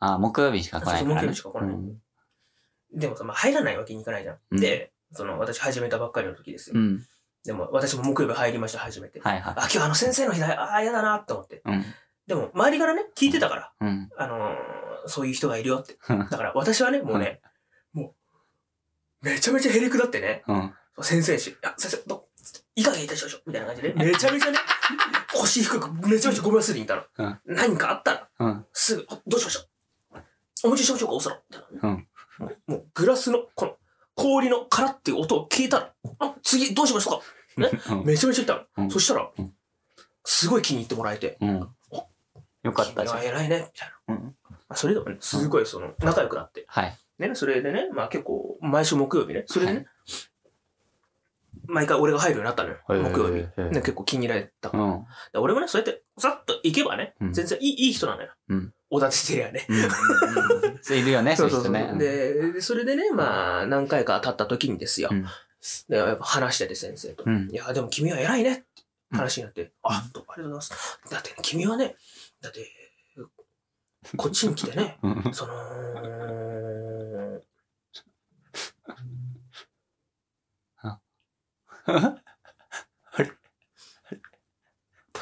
Speaker 1: あ、木曜日しか来ないからね。
Speaker 2: そうそう木曜日しか来ない
Speaker 1: うん
Speaker 2: でもさ、まあ、入らないわけにいかないじゃん。
Speaker 1: うん
Speaker 2: で、その、私始めたばっかりの時ですよ。
Speaker 1: うん。
Speaker 2: でも、私も木曜日入りました、初めて。
Speaker 1: はいはい。
Speaker 2: あ、今日あの先生の日だよ。ああ、嫌だなって思って。
Speaker 1: うん。
Speaker 2: でも、周りからね、聞いてたから、
Speaker 1: うん。
Speaker 2: あのーそういう人がいるよって。だから、私はね、もうね、もう、めちゃめちゃへりくだってね、
Speaker 1: うん。
Speaker 2: 先生し、あ、先生、どういかがいたしましょうみたいな感じで、めちゃめちゃね、腰低く、めちゃめちゃごめんなさいにいたの。
Speaker 1: うん
Speaker 2: 何かあったら、
Speaker 1: うん。
Speaker 2: すぐ、どうしましょうお持ちしましょうか、お皿。
Speaker 1: うん
Speaker 2: もう、グラスの、この、氷のカラッっていう音を聞いたら、あ、次、どうしましょうか
Speaker 1: うん
Speaker 2: めちゃめちゃ言ったの。
Speaker 1: うん
Speaker 2: そしたら
Speaker 1: うん、
Speaker 2: すごい気に入ってもらえて、
Speaker 1: うん。よかった
Speaker 2: 君
Speaker 1: じゃ
Speaker 2: は偉いね、みた
Speaker 1: ん。う
Speaker 2: い
Speaker 1: ん。
Speaker 2: あそれでもね、すごいその、仲良くなって。
Speaker 1: はい。
Speaker 2: ね、それでね、まあ結構、毎週木曜日ね、それでね、
Speaker 1: は
Speaker 2: 毎回俺が入るようになったのよ、
Speaker 1: へー
Speaker 2: 木曜日。
Speaker 1: へー
Speaker 2: ね、結構気に入られた
Speaker 1: う
Speaker 2: から。
Speaker 1: ん。
Speaker 2: で俺もね、そうやって、さっと行けばね、
Speaker 1: うん
Speaker 2: 全然いいいい人なのよ。
Speaker 1: うん
Speaker 2: おだてしてりゃね。
Speaker 1: うんいる よね、そういう人ね。
Speaker 2: で、でそれでね、まあ、何回か経った時にですよ。
Speaker 1: うん
Speaker 2: で、やっぱ話してて先生と。
Speaker 1: うん
Speaker 2: いや、でも君は偉いねって話になって、あ、どうもありがとうございます。だってね、君はね、だって、こっちに来てね、
Speaker 1: うん。
Speaker 2: その、
Speaker 1: 止まった。止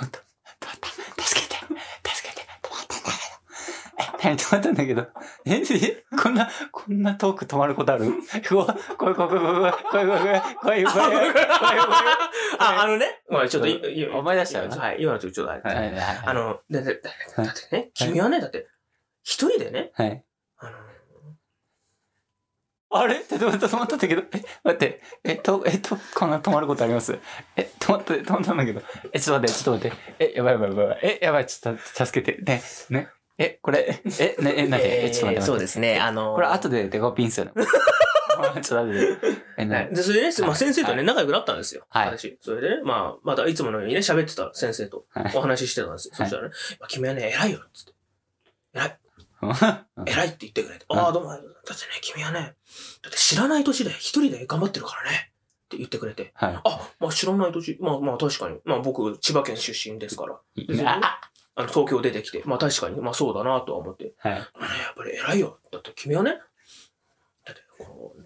Speaker 1: まった。助けて。助けて。止まったんだけど。え、何止まったんだけど。え、えこんな、こんなトーク止まることあるうわ、怖い怖い怖い怖い怖い怖い怖い怖い
Speaker 2: あ
Speaker 1: 怖い怖い
Speaker 2: あ、あのね、ごめんちょっとい、いい
Speaker 1: 思い出したよな
Speaker 2: はい、今のちょっと、はい、
Speaker 1: はいはいはい。
Speaker 2: あの、だだだだ
Speaker 1: はい
Speaker 2: ってね、君はね、だって、一人でね、
Speaker 1: はい。
Speaker 2: あの、
Speaker 1: あれ止まった止まったんだけど。え、待って。え、と、え、と、こんな止まることありますえ、止まった、止まったんだけど。え、ちょっと待って、ちょっと待って。え、やばいやばいやばい。え、やばい、ちょっと助けて。ね、ね。え、これ、え、ね、え、なんで、え、ちょっと待って待って。
Speaker 2: そうですね、あの、
Speaker 1: これ後でデコピンする。ちょっと後で。え、な
Speaker 2: はい、で、それでね、ま
Speaker 1: は
Speaker 2: あ、
Speaker 1: い
Speaker 2: 先生とね、仲良くなったんですよ。
Speaker 1: はい
Speaker 2: 私。それでね、まあ、またいつものようにね、喋ってた先生と
Speaker 1: はい
Speaker 2: お話ししてたんですよ。
Speaker 1: はい
Speaker 2: そしたらね、まあ君はね、偉いよ、つって。偉い、
Speaker 1: うん
Speaker 2: 偉いって言ってくれて。
Speaker 1: うん
Speaker 2: ああ、どうもありがとう。だってね、君はね、だって知らない年で一人で頑張ってるからね、って言ってくれて。
Speaker 1: は
Speaker 2: あ、まあ知らない年、まあまあ確かに。まあ僕、千葉県出身で すから。
Speaker 1: い。い
Speaker 2: で
Speaker 1: い
Speaker 2: それでね
Speaker 1: な
Speaker 2: あの、東京出てきて、まあ確かに、まあそうだなとは思って。
Speaker 1: はい。
Speaker 2: まあねやっぱり偉いよ。だって君はね、だってこう、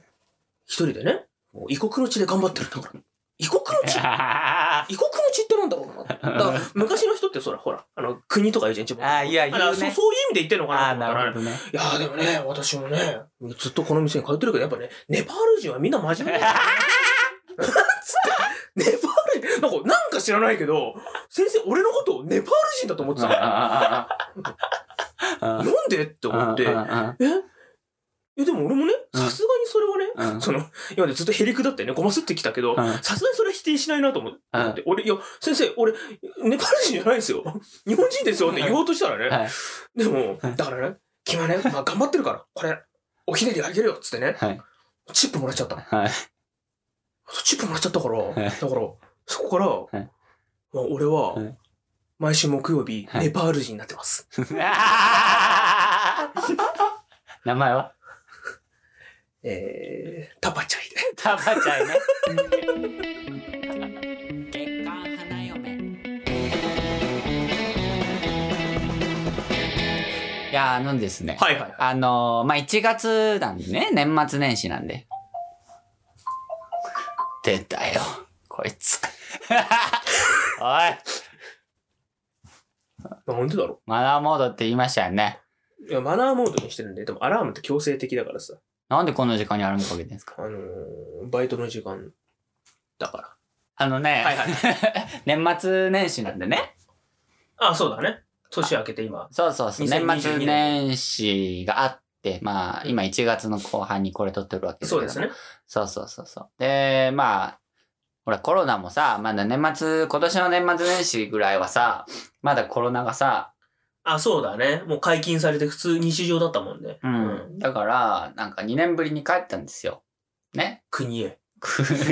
Speaker 2: 一人でね、もう異国の地で頑張ってるんだから。異国の地
Speaker 1: あ
Speaker 2: 異国の地ってなんだろうな。だから昔の人ってそら、ほら、あの、国とか言うじゃん、一番。
Speaker 1: あ、いや、いい
Speaker 2: あそ
Speaker 1: ね。
Speaker 2: そういう意味で言ってんのか
Speaker 1: あ
Speaker 2: な
Speaker 1: あ、
Speaker 2: と思っ
Speaker 1: な
Speaker 2: た
Speaker 1: るほどね。
Speaker 2: らいやーでもね、私もね、ずっとこの店に通ってるけど、やっぱね、ネパール人はみんな真面目 だよね。つって、ネパール人、なんか、なんか知らないけど、先生、俺のことをネパール人だと思ってたのよ
Speaker 1: ああ、ああ、ああ。
Speaker 2: なんでって思って、
Speaker 1: あ
Speaker 2: えいやでも俺もね、
Speaker 1: うん
Speaker 2: さすがにそれはね、
Speaker 1: あ、
Speaker 2: その、今までずっとへりくだってね、ごますってきたけど、
Speaker 1: うん
Speaker 2: さすがにそれは否定しないなと思って、俺、いや、先生、俺、ネパール人じゃないですよ。 日本人ですよって言おうとしたらね、
Speaker 1: はい
Speaker 2: でも、
Speaker 1: はい
Speaker 2: だからね、君はね、まあ頑張ってるから、これ、おひねりあげるよっつってね、
Speaker 1: はい。
Speaker 2: チップもらっちゃったの。
Speaker 1: はい。
Speaker 2: チップもらっちゃったから、
Speaker 1: い
Speaker 2: だから、そこから、
Speaker 1: い
Speaker 2: まあ、俺は
Speaker 1: はい、
Speaker 2: 毎週木曜日、
Speaker 1: はい
Speaker 2: ネパール人になってます。
Speaker 1: 名前は
Speaker 2: えー、タパチャイで。
Speaker 1: タバチャイね。月刊花嫁。いやー、あのですね。
Speaker 2: はいはいはい。
Speaker 1: あのーまあ、1月なんでね、年末年始なんで。出たよ、こい つ。おい、
Speaker 2: なんでだろ
Speaker 1: マナーモードって言いましたよね。
Speaker 2: う。いや、マナーモードにしてるんで、でもアラームって強制的だからさ、
Speaker 1: なんでこの時間にアラームかけてんですか
Speaker 2: あのー、バイトの時間だから。
Speaker 1: あのね、
Speaker 2: はいは
Speaker 1: 年末年始なんでね。
Speaker 2: あ、そうだね。年明けて今。
Speaker 1: そうそうそう、
Speaker 2: 2022
Speaker 1: 年末年始があって、まあ、今1月の後半にこれ撮ってるわけです
Speaker 2: そ
Speaker 1: けど
Speaker 2: うですね。
Speaker 1: そうそうそうそう。で、まあ、ほら、コロナもさ、まだ年末、今年の年末年始ぐらいはさ、まだコロナがさ、
Speaker 2: あ、そうだね。もう解禁されて普通日常だったもんね。
Speaker 1: うん。だから、なんか2年ぶりに帰ったんですよ。ね
Speaker 2: 国へ。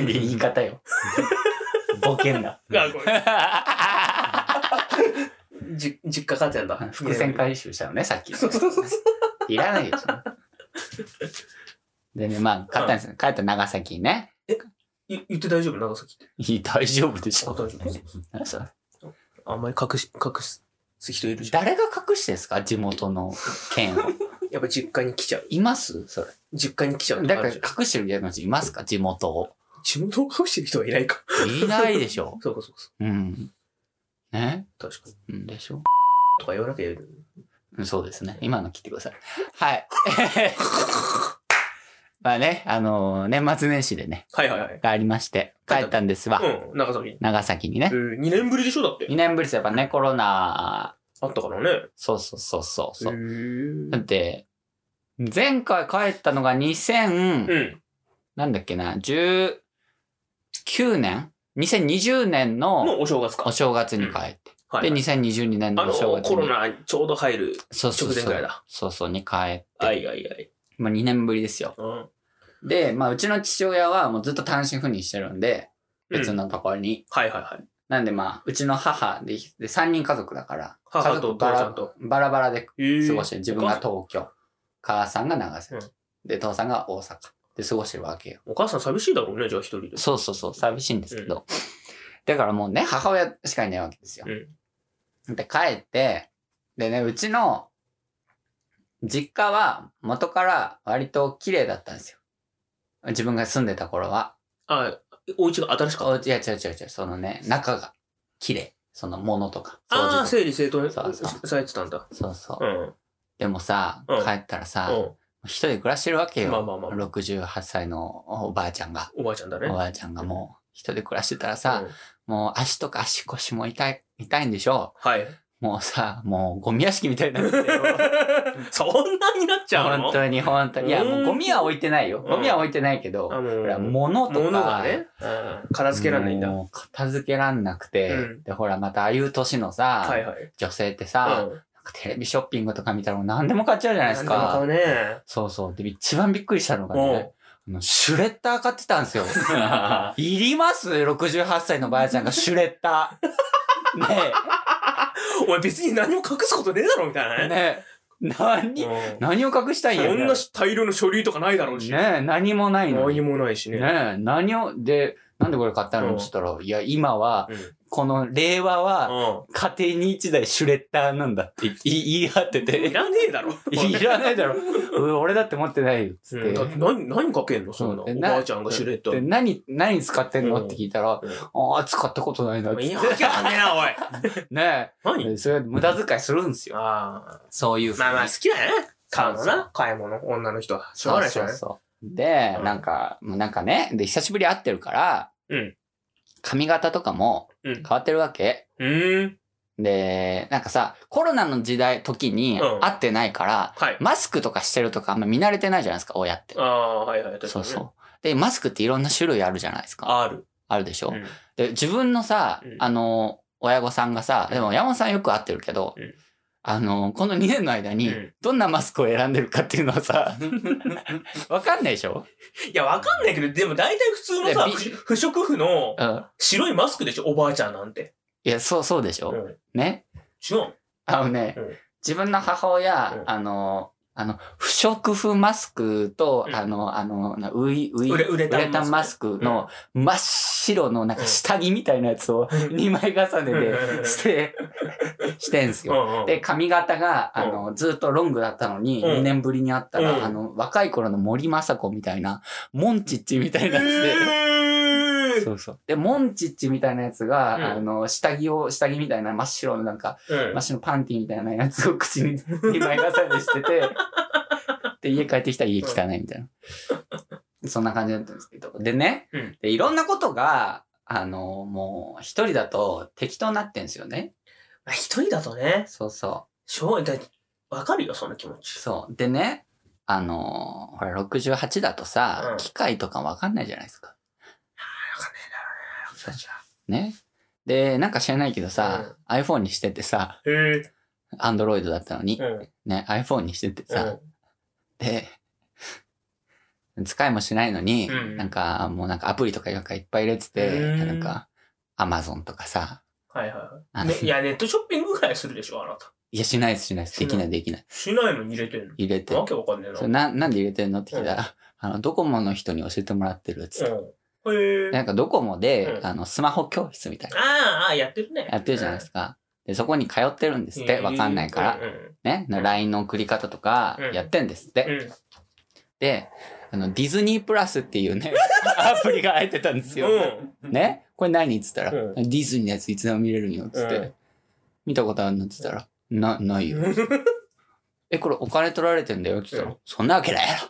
Speaker 1: 言い方よ。ボケんな。
Speaker 2: あ、ごめん。じ、実家帰ってんだ。
Speaker 1: 伏線回収したのね、さっき。
Speaker 2: そうそうそうそう。
Speaker 1: いらないでしょ。でね、まあ、帰ったんですよ。帰った長崎にね。
Speaker 2: い言って大丈夫長崎って。
Speaker 1: いい大丈夫でし
Speaker 2: あ、
Speaker 1: ょ。
Speaker 2: 大丈夫。
Speaker 1: 何それ
Speaker 2: あんまり隠し、隠す人いるじゃん。
Speaker 1: 誰が隠してんすか地元の県を。
Speaker 2: やっぱ実家に来ちゃう。
Speaker 1: いますそれ。
Speaker 2: 実家に来ちゃうと
Speaker 1: だ
Speaker 2: かあ
Speaker 1: から
Speaker 2: るじゃん。
Speaker 1: 隠してる芸能人いますか地元を。
Speaker 2: 地元を隠してる人はいないか。
Speaker 1: いないでしょ。
Speaker 2: そうかそうかそ
Speaker 1: うん。ね
Speaker 2: う。確かに。
Speaker 1: うんでしょ
Speaker 2: とか言わなきゃいいのに
Speaker 1: うんそうですね。今の聞いてください。はい。 まあね、あのー年末年始でね、
Speaker 2: はいはいはい。
Speaker 1: がありまして、帰ったんですわ。
Speaker 2: うん、長崎に。
Speaker 1: 長崎にね
Speaker 2: え。ー、2年ぶりでしょだって
Speaker 1: 2。年ぶりですやっぱね、コロナ、
Speaker 2: あったからね。
Speaker 1: そうそうそうそうそうう。
Speaker 2: ん。
Speaker 1: だって、前回帰ったのが2000、
Speaker 2: うん。
Speaker 1: なんだっけな、19年 ?2020 年の
Speaker 2: のお正月か
Speaker 1: お。正月に帰って。
Speaker 2: はい
Speaker 1: で、2022年
Speaker 2: あ
Speaker 1: の
Speaker 2: の
Speaker 1: お正月に
Speaker 2: コロナちょうど入る
Speaker 1: そうそうそ
Speaker 2: 直前ぐらいうだ
Speaker 1: そうそうに帰って、
Speaker 2: はいはいはい
Speaker 1: まあ、2年ぶりですよ
Speaker 2: うん
Speaker 1: で、まあ、うちの父親はもうずっと単身赴任してるんで別
Speaker 2: うん
Speaker 1: のところに、
Speaker 2: はいはいはい
Speaker 1: なんでまあうちの母でで3人家族だから家
Speaker 2: 母と
Speaker 1: 族
Speaker 2: 父ち
Speaker 1: バ
Speaker 2: ゃ
Speaker 1: ラ
Speaker 2: んと
Speaker 1: バラバラで
Speaker 2: へえ
Speaker 1: 過ごしてる自分が東京母さんが長崎、
Speaker 2: うん
Speaker 1: で父さんが大阪で過ごしてるわけよ
Speaker 2: お母さん寂しいだろうねじゃあ一人で
Speaker 1: そうそうそう寂しいんですけど、だからもうね母親しかいないわけですよ
Speaker 2: う、ん
Speaker 1: で帰ってでねうちの実家は元から割と綺麗だったんですよ自分が住んでた頃は
Speaker 2: あお家が新しかった
Speaker 1: おいや違う違う違うそのね中が綺麗その物とか掃
Speaker 2: ああ
Speaker 1: 除とか
Speaker 2: 整理整頓
Speaker 1: そうそう
Speaker 2: されてたんだ
Speaker 1: そうそう、
Speaker 2: うんうん
Speaker 1: でもさ
Speaker 2: うん
Speaker 1: 帰ったらさ、
Speaker 2: ま
Speaker 1: 一人で暮らしてるわけよ、
Speaker 2: あまあまあ
Speaker 1: 68歳のおばあちゃんが、
Speaker 2: おばあちゃんだね
Speaker 1: おばあちゃんがもう一人で暮らしてたらさ、
Speaker 2: うん
Speaker 1: もう足とか足腰も痛い、痛いんでしょ
Speaker 2: はい
Speaker 1: もうさ、もうゴミ屋敷みたいになってるよ
Speaker 2: そんなになっ ちゃうの
Speaker 1: 本当に本当に。いや、
Speaker 2: うん
Speaker 1: もうゴミは置いてないよ。
Speaker 2: うん
Speaker 1: ゴミは置いてないけど、
Speaker 2: あ
Speaker 1: ほ
Speaker 2: もう
Speaker 1: ら、物とか。
Speaker 2: 物がね、片付けられないんだ。は
Speaker 1: もう片付けらんなくて、
Speaker 2: うん
Speaker 1: で、ほら、またああいう年のさ、
Speaker 2: いはい。
Speaker 1: 女性ってさ、
Speaker 2: うん
Speaker 1: なんかテレビショッピングとか見たらもう何でも買っちゃうじゃないです
Speaker 2: なん
Speaker 1: か。
Speaker 2: でも買うね。
Speaker 1: そうそう。で、一番びっくりしたのが
Speaker 2: う
Speaker 1: ね
Speaker 2: ん、
Speaker 1: あのシュレッダー買ってたんです よ。いります ?68 歳のばあちゃん がシュレッダー。ね
Speaker 2: お前別に何も隠すことねえだろみたい
Speaker 1: え、
Speaker 2: なね。
Speaker 1: ねえ、何、
Speaker 2: うん
Speaker 1: 何を隠したいんや
Speaker 2: そんな大量の書類とかないだろうし。
Speaker 1: ねえ、何もないの
Speaker 2: 何
Speaker 1: に。ね
Speaker 2: もないしね。
Speaker 1: え、何を、で、なんでこれ買ったの
Speaker 2: う
Speaker 1: っ
Speaker 2: ん
Speaker 1: て言ったら、いや、今は、
Speaker 2: うん
Speaker 1: この令和は、
Speaker 2: う
Speaker 1: 家庭に一台シュレッダーなんだって言い言い張って
Speaker 2: ん。い
Speaker 1: て、
Speaker 2: らねえだろ。
Speaker 1: いらないだろ。 う俺だって持ってないよ、つって。
Speaker 2: うんだって何、何かけんのそんな。
Speaker 1: そう
Speaker 2: お
Speaker 1: でな
Speaker 2: ばあちゃんがシュレッダ
Speaker 1: で
Speaker 2: ー。
Speaker 1: 何、何使ってんのって聞いたら、
Speaker 2: うん
Speaker 1: ああ、使ったことないなっつ
Speaker 2: いい
Speaker 1: っ
Speaker 2: わけわかんねえな、おい。
Speaker 1: て。 ね
Speaker 2: 何
Speaker 1: え。それ無駄遣いするんですよ。
Speaker 2: ああ。
Speaker 1: そういうふうに。
Speaker 2: まあまあ好きだよね。買うの
Speaker 1: そうそ
Speaker 2: な。買い物。女の人は。し
Speaker 1: そ
Speaker 2: ょうが
Speaker 1: う
Speaker 2: ないし
Speaker 1: そうう
Speaker 2: ょがない。
Speaker 1: そう。で、
Speaker 2: うん
Speaker 1: なんか、もうなんかね、で、久しぶりに会ってるから、
Speaker 2: うん
Speaker 1: 髪型とかも
Speaker 2: うん
Speaker 1: 変わってるわけ。
Speaker 2: うーん。
Speaker 1: で、なんかさ、コロナの時代、時に
Speaker 2: うん
Speaker 1: 会ってないから、
Speaker 2: はい。
Speaker 1: マスクとかしてるとかあんま見慣れてないじゃないですか、親って
Speaker 2: あ。あ、はいはい。確かにね
Speaker 1: そうそう。で、マスクっていろんな種類あるじゃないですか。
Speaker 2: ある。
Speaker 1: あるでしょ。
Speaker 2: うん
Speaker 1: で、自分のさ
Speaker 2: うん、
Speaker 1: あの、親御さんがさ、でも山本さんよく会ってるけど
Speaker 2: うん、
Speaker 1: あの、この2年の間に
Speaker 2: うん、
Speaker 1: どんなマスクを選んでるかっていうのはさ、わかんないでしょ
Speaker 2: いや、わかんないけど、でも大体普通のさ
Speaker 1: いや、び
Speaker 2: 不織布の
Speaker 1: うん。
Speaker 2: 白いマスクでしょ、おばあちゃんなんて。
Speaker 1: いや、そう、そうでしょ、
Speaker 2: うん
Speaker 1: ね。
Speaker 2: 違うの
Speaker 1: あのね、
Speaker 2: うん
Speaker 1: 自分の母親、
Speaker 2: うん
Speaker 1: あの、あの、不織布マスクと、
Speaker 2: うん
Speaker 1: あの、あの、なウイ、ウイ、
Speaker 2: ウレウレタンマス
Speaker 1: マス
Speaker 2: ク
Speaker 1: クの真っ白のなんか下着みたいなやつを
Speaker 2: うん
Speaker 1: 2枚重ね
Speaker 2: うん
Speaker 1: てして、してんすよ。
Speaker 2: うんうん
Speaker 1: で、髪型が、あの、ずっとロングだったのに、
Speaker 2: うん
Speaker 1: 2年ぶりに会ったら、
Speaker 2: うん
Speaker 1: あの、若い頃の森雅子みたいな、モンチッチみたいなやつで、
Speaker 2: えー
Speaker 1: そうそう。で、モンチッチみたいなやつが、
Speaker 2: うん
Speaker 1: あの、下着を、下着みたいな真っ白のなんか、
Speaker 2: うん
Speaker 1: 真っ白のパンティみたいなやつを口に2枚重ねして て、で、家帰ってきたら家汚いみたいな。そんな感じだったんですけど。でね、
Speaker 2: うん
Speaker 1: でいろんなことが、あの、もう、一人だと適当になってんですよね。
Speaker 2: まあ一人だとね、
Speaker 1: そうそ
Speaker 2: しょうがない。わかるよ、その気持
Speaker 1: う。
Speaker 2: ち。
Speaker 1: そう。でね、あの、ほら、68だとさ、
Speaker 2: うん
Speaker 1: 機械とかわかんないじゃないですか。ね。で、なんか知らないけどさ、iPhone にしててさ、
Speaker 2: へえ。
Speaker 1: アンドロイドだったのに
Speaker 2: う、ん。
Speaker 1: ね、iPhone にしてて
Speaker 2: う
Speaker 1: さ、
Speaker 2: ん
Speaker 1: で、使いもしないのに、
Speaker 2: うん
Speaker 1: なんか、もうなんかアプリとかなんかいっぱい入れてて、
Speaker 2: うん
Speaker 1: なんか、アマゾンとかさ、
Speaker 2: はいは
Speaker 1: あ
Speaker 2: い。
Speaker 1: の
Speaker 2: ねいや、ネットショッピングぐらいするでしょ、あなた。
Speaker 1: いや、しないです、しないです。
Speaker 2: しな
Speaker 1: でき
Speaker 2: い
Speaker 1: ない、できない。
Speaker 2: しないのに入れてん
Speaker 1: 入れて
Speaker 2: の。、わけわかんねえな。
Speaker 1: それな、なんで入れてんのって聞いたら、あの、ドコモの人に教えてもらってるっつって。
Speaker 2: うん。へえ。
Speaker 1: なんかドコモで、
Speaker 2: うん
Speaker 1: あの、スマホ教室みたいな、
Speaker 2: ああ、やってるね。
Speaker 1: やってるじゃないですすか。で、そこに通ってるんですって、わかんないから。ね、
Speaker 2: ん
Speaker 1: LINE の送り方とか
Speaker 2: う、ん
Speaker 1: やってんですって
Speaker 2: う。ん。
Speaker 1: で、あの、ディズニープラスっていうね、アプリが入ってたんです
Speaker 2: う
Speaker 1: よ。
Speaker 2: ん。
Speaker 1: ねこれ何っつったら、
Speaker 2: うん
Speaker 1: ディズニーのやついつでも見れるんよっつって、
Speaker 2: うん
Speaker 1: 見たことあるのっつったら、な、ないよ。え、これお金取られてんだよっつったら、
Speaker 2: う
Speaker 1: そんなわけないやろ。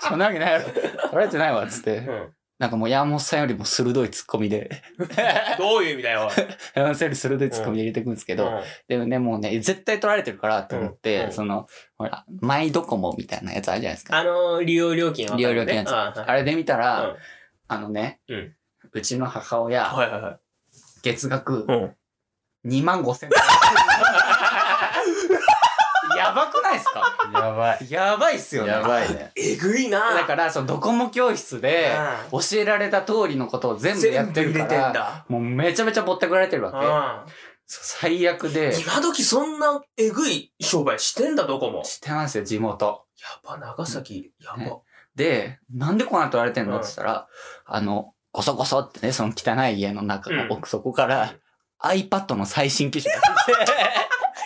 Speaker 1: そんなわけないやろ。取られてないわっつって、
Speaker 2: うん
Speaker 1: なんかもう山本さんよりも鋭いツッコミで、
Speaker 2: どういう意味だ よ。おい
Speaker 1: 山本さんより鋭いツッコミで入れてくんですけど、
Speaker 2: うん
Speaker 1: でもね、もうね、絶対取られてるからと思って、
Speaker 2: うんうん
Speaker 1: その、ほら、マイドコモみたいなやつあるじゃないですか。
Speaker 2: あのー、利用料金は分かるね
Speaker 1: 利用料金
Speaker 2: ああはい
Speaker 1: あれで見たら、
Speaker 2: うん
Speaker 1: あのね、
Speaker 2: うん
Speaker 1: うちの母親、
Speaker 2: はいはいはい。
Speaker 1: 月額
Speaker 2: うん。
Speaker 1: 2万5千 やばくないですか
Speaker 3: やばい。
Speaker 1: やばいっすよね。
Speaker 3: やばいね。
Speaker 2: えぐいな
Speaker 1: だから、そのドコモ教室で、教えられた通りのことを全部やってるか
Speaker 2: 全部入れてん
Speaker 1: ら、
Speaker 2: だ。
Speaker 1: もうめちゃめちゃぼったくられてるわけ。
Speaker 2: う
Speaker 1: 最悪で
Speaker 2: ん。、今時そんなえぐい商売してんだ、どこも。
Speaker 1: してますよ、地元。
Speaker 2: やば、長崎、やば。
Speaker 1: で、なんでこんな取られてんの
Speaker 2: うん
Speaker 1: って言ったら、あの、ごそごそってね、その汚い家の中の奥底から、iPad の最新機種が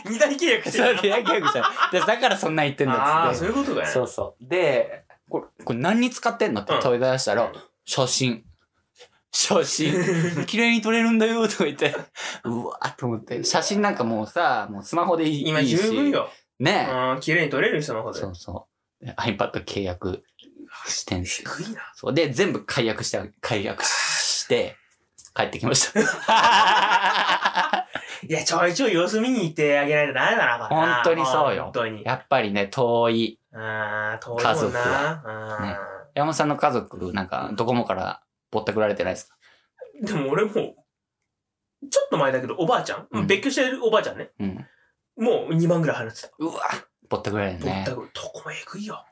Speaker 2: 二大契約
Speaker 1: 出 て、そう、契約者でだからそんな言ってん
Speaker 2: あ
Speaker 1: だ
Speaker 2: あ、
Speaker 1: っつ
Speaker 2: そ
Speaker 1: っ
Speaker 2: ういうことだ
Speaker 1: て。
Speaker 2: ね。
Speaker 1: そうそう。で、これ、これ何に使ってんのって問い出したら、写真。写真。 綺麗に撮れるんだよとか言って、うわーと思って、写真なんかもうさ、もうスマホでいい
Speaker 2: 今
Speaker 1: いいし
Speaker 2: 十分よ。
Speaker 1: ねえ、
Speaker 2: うん、綺麗に撮れるスマホで。
Speaker 1: そうそう。で iPad 契約してんす
Speaker 2: え
Speaker 1: よ。
Speaker 2: ぐいな。
Speaker 1: そう。で、全部解約した、解約して、帰ってきま した。
Speaker 2: いや、ちょいちょい様子見に行ってあげないとダメだな、これな
Speaker 1: 本当にそうよ
Speaker 2: 本当に。
Speaker 1: やっぱりね、遠い。
Speaker 2: ああ、遠いもん
Speaker 1: 家族
Speaker 2: な。
Speaker 1: 山本さんの家族、なんか、ドコモからぼったくられてないですか
Speaker 2: うんでも俺も、ちょっと前だけど、おばあちゃん、
Speaker 1: うん
Speaker 2: 別居してるおばあちゃんね。
Speaker 1: うん。
Speaker 2: もう2万ぐらい払ってた。
Speaker 1: うわぼったくられる
Speaker 2: ぼっ
Speaker 1: ね
Speaker 2: た。く、どこもえぐいよ。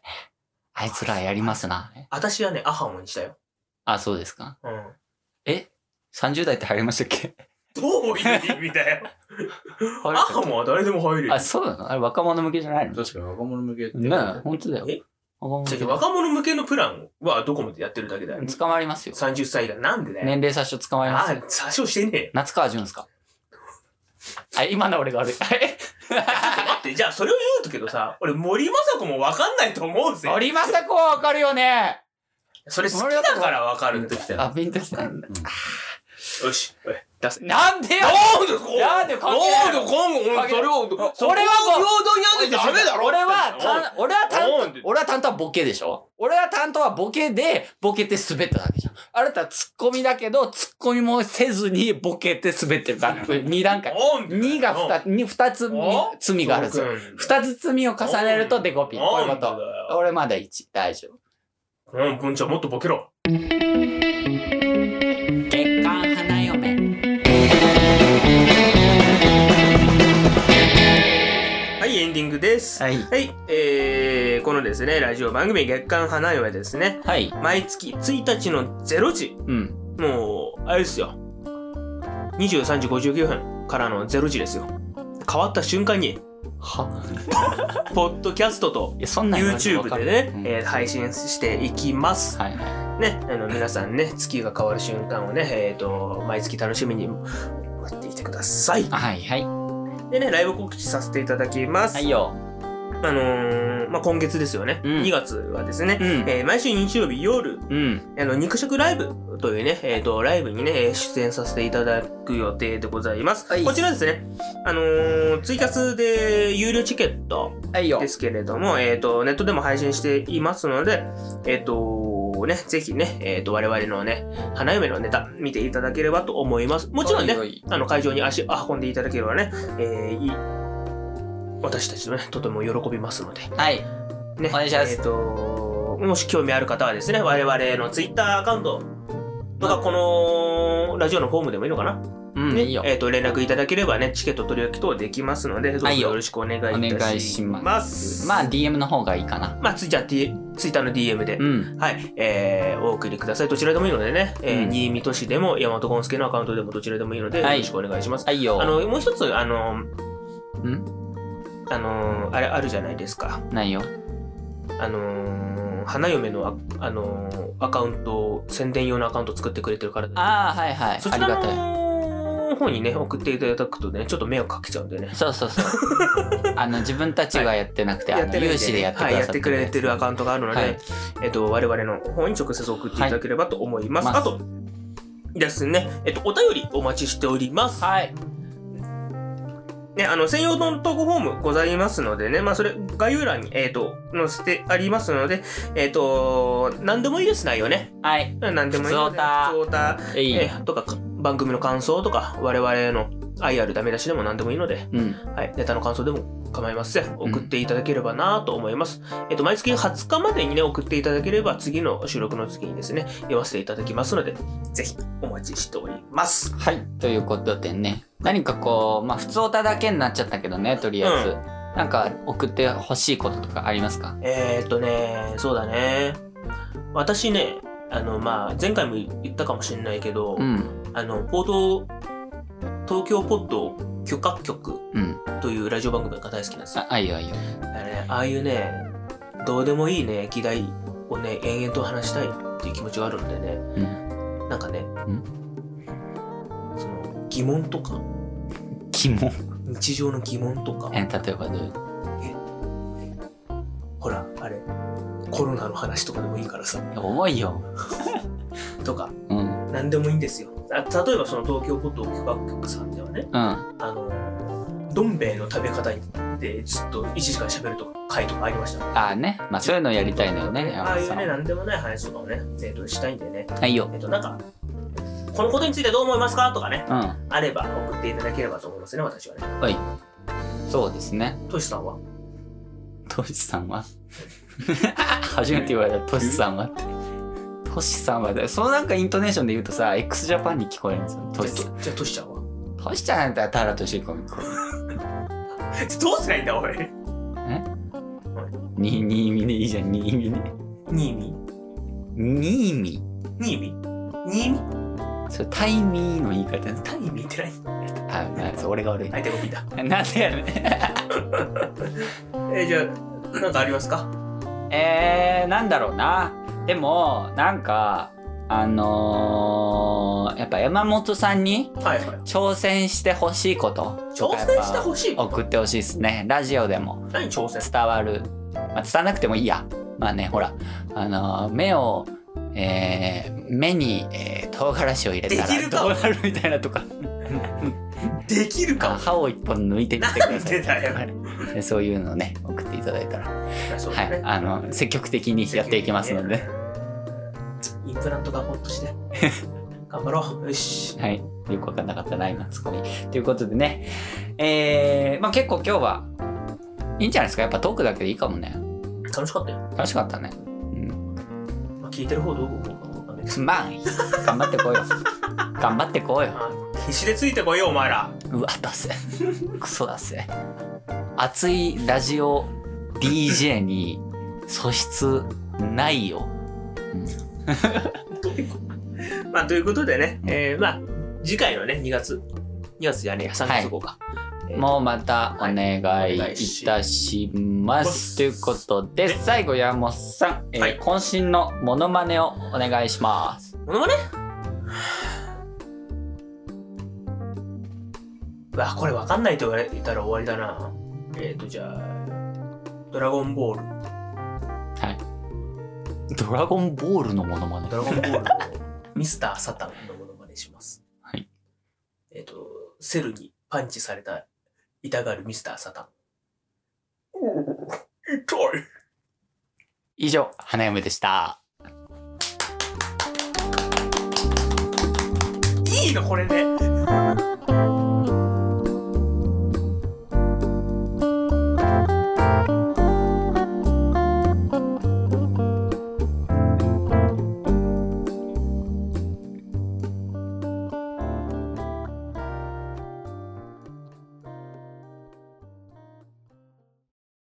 Speaker 1: あいつらやりますな。
Speaker 2: 私はね、アハモにしたよ。
Speaker 1: あ、そうですか。
Speaker 2: うん。
Speaker 1: え ?30 代って入りましたっけ
Speaker 2: どういう意 味だよ。アハモは誰でも入るよ
Speaker 1: あ、。そうなのあれ若者向けじゃないの
Speaker 3: 確かに若者向けって。
Speaker 1: ねえ、本当だよ
Speaker 2: え。
Speaker 1: 若者向
Speaker 2: じゃ
Speaker 1: け
Speaker 2: あ若者向けのプランはどこまでやってるだけだよ。
Speaker 1: 捕まりますよ。
Speaker 2: 30歳以下なんでだよ。
Speaker 1: 年齢詐称捕まりま
Speaker 2: あ
Speaker 1: す
Speaker 2: あ
Speaker 1: よ。、
Speaker 2: 詐称してねえよ。
Speaker 1: 夏川淳ですかあ、今の俺が悪い。
Speaker 2: だって、じゃあそれを言うとけどさ、俺森政子もわかんないと思うぜ。
Speaker 1: 森政子はわかるよね
Speaker 2: それ好きだからわかるんだよ。
Speaker 1: あ、ピンときた。なんで
Speaker 2: よし、おい、出せ。
Speaker 1: なんでよ
Speaker 2: でこ
Speaker 1: なんで関係ない
Speaker 2: なんで今後、それを、そ
Speaker 1: 俺
Speaker 2: こを
Speaker 1: はもう
Speaker 2: 平等にやってダメだろ
Speaker 1: 俺は、たん俺は
Speaker 2: な
Speaker 1: 担
Speaker 2: んで
Speaker 1: 当、俺は担当はボケでしょ俺は担当はボケで、ボケて滑っただけじゃん。あなたはツッコミだけど、ツッコミもせずにボケて滑ってるだけ。2段階。2が2つ、に二つ
Speaker 2: お
Speaker 1: 罪があるんですよ。2つ罪を重ねるとデコピン。こういうこと。俺まだ1。大丈夫。
Speaker 2: うん、文ちゃんもっとボケろ。
Speaker 1: 月刊花嫁。
Speaker 2: はい、エンディングです。
Speaker 1: はい。
Speaker 2: はい、えー、このですね、ラジオ番組月刊花嫁ですね、
Speaker 1: はい。
Speaker 2: 毎月1日の0時、
Speaker 1: うん。
Speaker 2: もう、あれですよ、23時59分からの0時ですよ。変わった瞬間に、
Speaker 1: は。
Speaker 2: ポッドキャストと
Speaker 1: いや、そんなん言われてもわ
Speaker 2: YouTube
Speaker 1: か
Speaker 2: で
Speaker 1: る
Speaker 2: ね、
Speaker 1: うん
Speaker 2: えー配信していきます。
Speaker 1: はいは
Speaker 2: ね、あの皆さんね、月が変わる瞬間をね、えっ、と、毎月楽しみに待っていてください
Speaker 1: い。。はいはい。
Speaker 2: でね、ライブ告知させていただきます。
Speaker 1: はいよ。
Speaker 2: あのーまあ、今月ですよね、
Speaker 1: うん
Speaker 2: 2月はですね、
Speaker 1: うん
Speaker 2: えー毎週日曜日夜、
Speaker 1: うん。
Speaker 2: あの、肉食ライブというね、えっ、と、ライブにね、えー出演させていただく予定でございます。
Speaker 1: はい
Speaker 2: こちらですね、あのーツイキャスで有料チケット
Speaker 1: はいよ
Speaker 2: で。すけれども、えっ、と、ネットでも配信していますので、えっ、と、ね、ぜひね、えっ、と、我々のね、花嫁のネタ見ていただければと思います。もちろんね
Speaker 1: おいお、い
Speaker 2: あの、会場に足を運んでいただければね、えーいい私たちのね、とても喜びますので、
Speaker 1: はい。
Speaker 2: ね、
Speaker 1: お願いします
Speaker 2: えっ、と、もし興味ある方はですね、我々のツイッターアカウントとか、この、ラジオのフォームでもいいのかな、
Speaker 1: うん。
Speaker 2: ね
Speaker 1: いいよ。
Speaker 2: えっ、と、連絡いただければね、チケット取り置き等できますので、どうぞ
Speaker 1: はいよ
Speaker 2: よろしくお願いいた
Speaker 1: お願
Speaker 2: します。
Speaker 1: いします。
Speaker 2: ます
Speaker 1: まあ、DM の方がいいかな。
Speaker 2: まあ、ツイじゃあ、T、ツイッターの DM で、
Speaker 1: うん。
Speaker 2: はい、えー、お送りください。どちらでもいいのでね、えー
Speaker 1: うん
Speaker 2: 新見都市でも、大和ゴンスケのアカウントでも、どちらでもいいので、よ
Speaker 1: はい
Speaker 2: ろしくお願いします。
Speaker 1: はいよ。
Speaker 2: あ、の、もう一つ、あの、
Speaker 1: ん
Speaker 2: あの、あれ、あるじゃないですか。
Speaker 1: ないよ。
Speaker 2: あの、花嫁のあ、あの、アカウント、宣伝用のアカウント作ってくれてるからで
Speaker 1: ああ、はいはい。
Speaker 2: そ
Speaker 1: あ
Speaker 2: ち
Speaker 1: りが
Speaker 2: ら
Speaker 1: たい。
Speaker 2: の方にね、送っていただくとね、ちょっと迷惑かけちゃうんでね。
Speaker 1: そうそうそう。 あの、自分たちがやってなくて、あの、
Speaker 2: ないん
Speaker 1: 有志でやってくだ
Speaker 2: は
Speaker 1: さ
Speaker 2: い、やってくれてるア
Speaker 1: わ
Speaker 2: カウントがあるので、
Speaker 1: はい
Speaker 2: えっと、我々の方に直接送っていただければと思います。
Speaker 1: はい
Speaker 2: あと、ですね、えっと、お便りお待ちしております。
Speaker 1: はい。
Speaker 2: ね、あの、専用の投稿フォームございますのでね、まあ、それ、概要欄に、えっ、と、載せてありますので、えっ、と、何でもいいです、内容ね。
Speaker 1: はい。
Speaker 2: 何でもいいの
Speaker 1: ふつお
Speaker 2: で、
Speaker 1: た
Speaker 2: ふつおた
Speaker 1: えい。
Speaker 2: えーとか、か番組の感想とか、我々の IR ダメ出しでも何でもいいので、
Speaker 1: うん。
Speaker 2: はい、ネタの感想でも構いません。送っていただければなと思います。えっと、毎月20日までにね、送っていただければ、次の収録の月にですね、読ませていただきますので、ぜひお待ちしております。
Speaker 1: はい、ということでね、何かこう、まあ、普通おただけになっちゃったけどね、とりあえず。
Speaker 2: う
Speaker 1: なんか送ってほしいこととかありますか
Speaker 2: えー、っとね、そうだね。私ね、あの、まあ、前回も言ったかもしれないけど、
Speaker 1: うん。
Speaker 2: あの、報道、東京ポッド許可局
Speaker 1: うん。
Speaker 2: というラジオ番組が大好きなんですよ。
Speaker 1: あ、あいいよあいいよ。
Speaker 2: あれねああいうね、どうでもいいね、議題をね、延々と話したいっていう気持ちがあるんでね、
Speaker 1: うん。
Speaker 2: なんかね、
Speaker 1: ん
Speaker 2: その疑問とか、
Speaker 1: 疑問。
Speaker 2: 日常の疑問とか、
Speaker 1: え、例えばどういう
Speaker 2: ほら、あれ、コロナの話とかでもいいからさ、
Speaker 1: いや重いよ。
Speaker 2: とか、
Speaker 1: うん。うん。
Speaker 2: なんでもいいんですよ。あ例えばその東京ポッド許可局さんではね、
Speaker 1: あ
Speaker 2: あの、どん兵衛の食べ方でずっと1時間喋るとか回とかありましたね
Speaker 1: あね。まあそういうのやりたいのよね。
Speaker 2: ああいうね、
Speaker 1: 山
Speaker 2: なんでもない話とかをね、えっとしたいんでね、
Speaker 1: 本さんはいよ。
Speaker 2: えっと、なんか、このことについてどう思いますかとかね、
Speaker 1: うん。
Speaker 2: あれば送っていただければと思いますね、私はね。
Speaker 1: はい。そうですね。
Speaker 2: トシさんは
Speaker 1: トシさんは 初めて言われたトシさんはって。トシさんはそのなんかイントネーションで言うとさ、x ジャパンに聞こえるんですよ。トシ
Speaker 2: じゃあ、じゃあトシちゃんは
Speaker 1: トシちゃんなんて田原俊彦に聞こえる。
Speaker 2: どうすりゃいいんだ、おい。
Speaker 1: に、にみでいいじゃん、にみで。
Speaker 2: ニーミ
Speaker 1: にみ。
Speaker 2: ニーミニーミ
Speaker 1: それ、タイミーの言い方
Speaker 2: タイミーってない
Speaker 1: あ、あそう俺が悪い。
Speaker 2: 相手コピーだ。
Speaker 1: なんでやね
Speaker 2: えーじゃあ、なんかありますか
Speaker 1: ん。えー、なんだろうな。でも、なんか、あのー、やっぱ山本さんに
Speaker 2: はいはい。
Speaker 1: 挑戦してほしいこと。
Speaker 2: 挑戦してほしい。
Speaker 1: 送ってほしいですね。ラジオでも。
Speaker 2: 何挑戦
Speaker 1: 伝わる、まあ、伝わなくてもいいやまあねほらあのー目をえー目に、えー、唐辛子を入れた
Speaker 2: できる
Speaker 1: ら
Speaker 2: か
Speaker 1: どうなるみたいなとか
Speaker 2: できる
Speaker 1: あ
Speaker 2: か
Speaker 1: 歯を一本抜いてみてください
Speaker 2: なんでだ
Speaker 1: はいでそういうのをね送っていただいたら、
Speaker 2: そう
Speaker 1: は
Speaker 2: だね
Speaker 1: い、あの積極的にやっていきますので、。
Speaker 2: インプラントがほっとして。 頑張ろう。よし。
Speaker 1: はい、よくわかんなかったな今ツッコミということでねえー、まあ結構今日はいいんじゃないですかやっぱトークだけでいいかもね
Speaker 2: 楽しかったよ。
Speaker 1: 楽しかったね、うん、
Speaker 2: まあ、聞いてる方どう思うかわかんないけど。
Speaker 1: まあいい頑張ってこいよ 頑張ってこいよ
Speaker 2: あ必死でついてこいよ、お前ら。
Speaker 1: うわ出せクソ出せ熱いラジオ DJ に素質ないよ
Speaker 2: まあ、ということでね、えー、まあ、次回のね、2月、2月じゃねえや、3月号か。えー
Speaker 1: もうまたお願いいたします、
Speaker 2: はい
Speaker 1: ということで
Speaker 2: ね
Speaker 1: 最後山本さん、えー
Speaker 2: はい
Speaker 1: 渾身のモノマネをお願いします
Speaker 2: モノマネうわ、これわかんないと言われたら終わりだな。えっ、ー、と、じゃあ、ドラゴンボール。
Speaker 1: ドラゴンボールのモノマネ
Speaker 2: ドラゴンボールのミスター・サタンのものまねします。
Speaker 1: はい。
Speaker 2: えっ、と、セルにパンチされた、痛がるミスター・サタン。おお、痛い。
Speaker 1: 以上花嫁でした
Speaker 2: いいのこれで。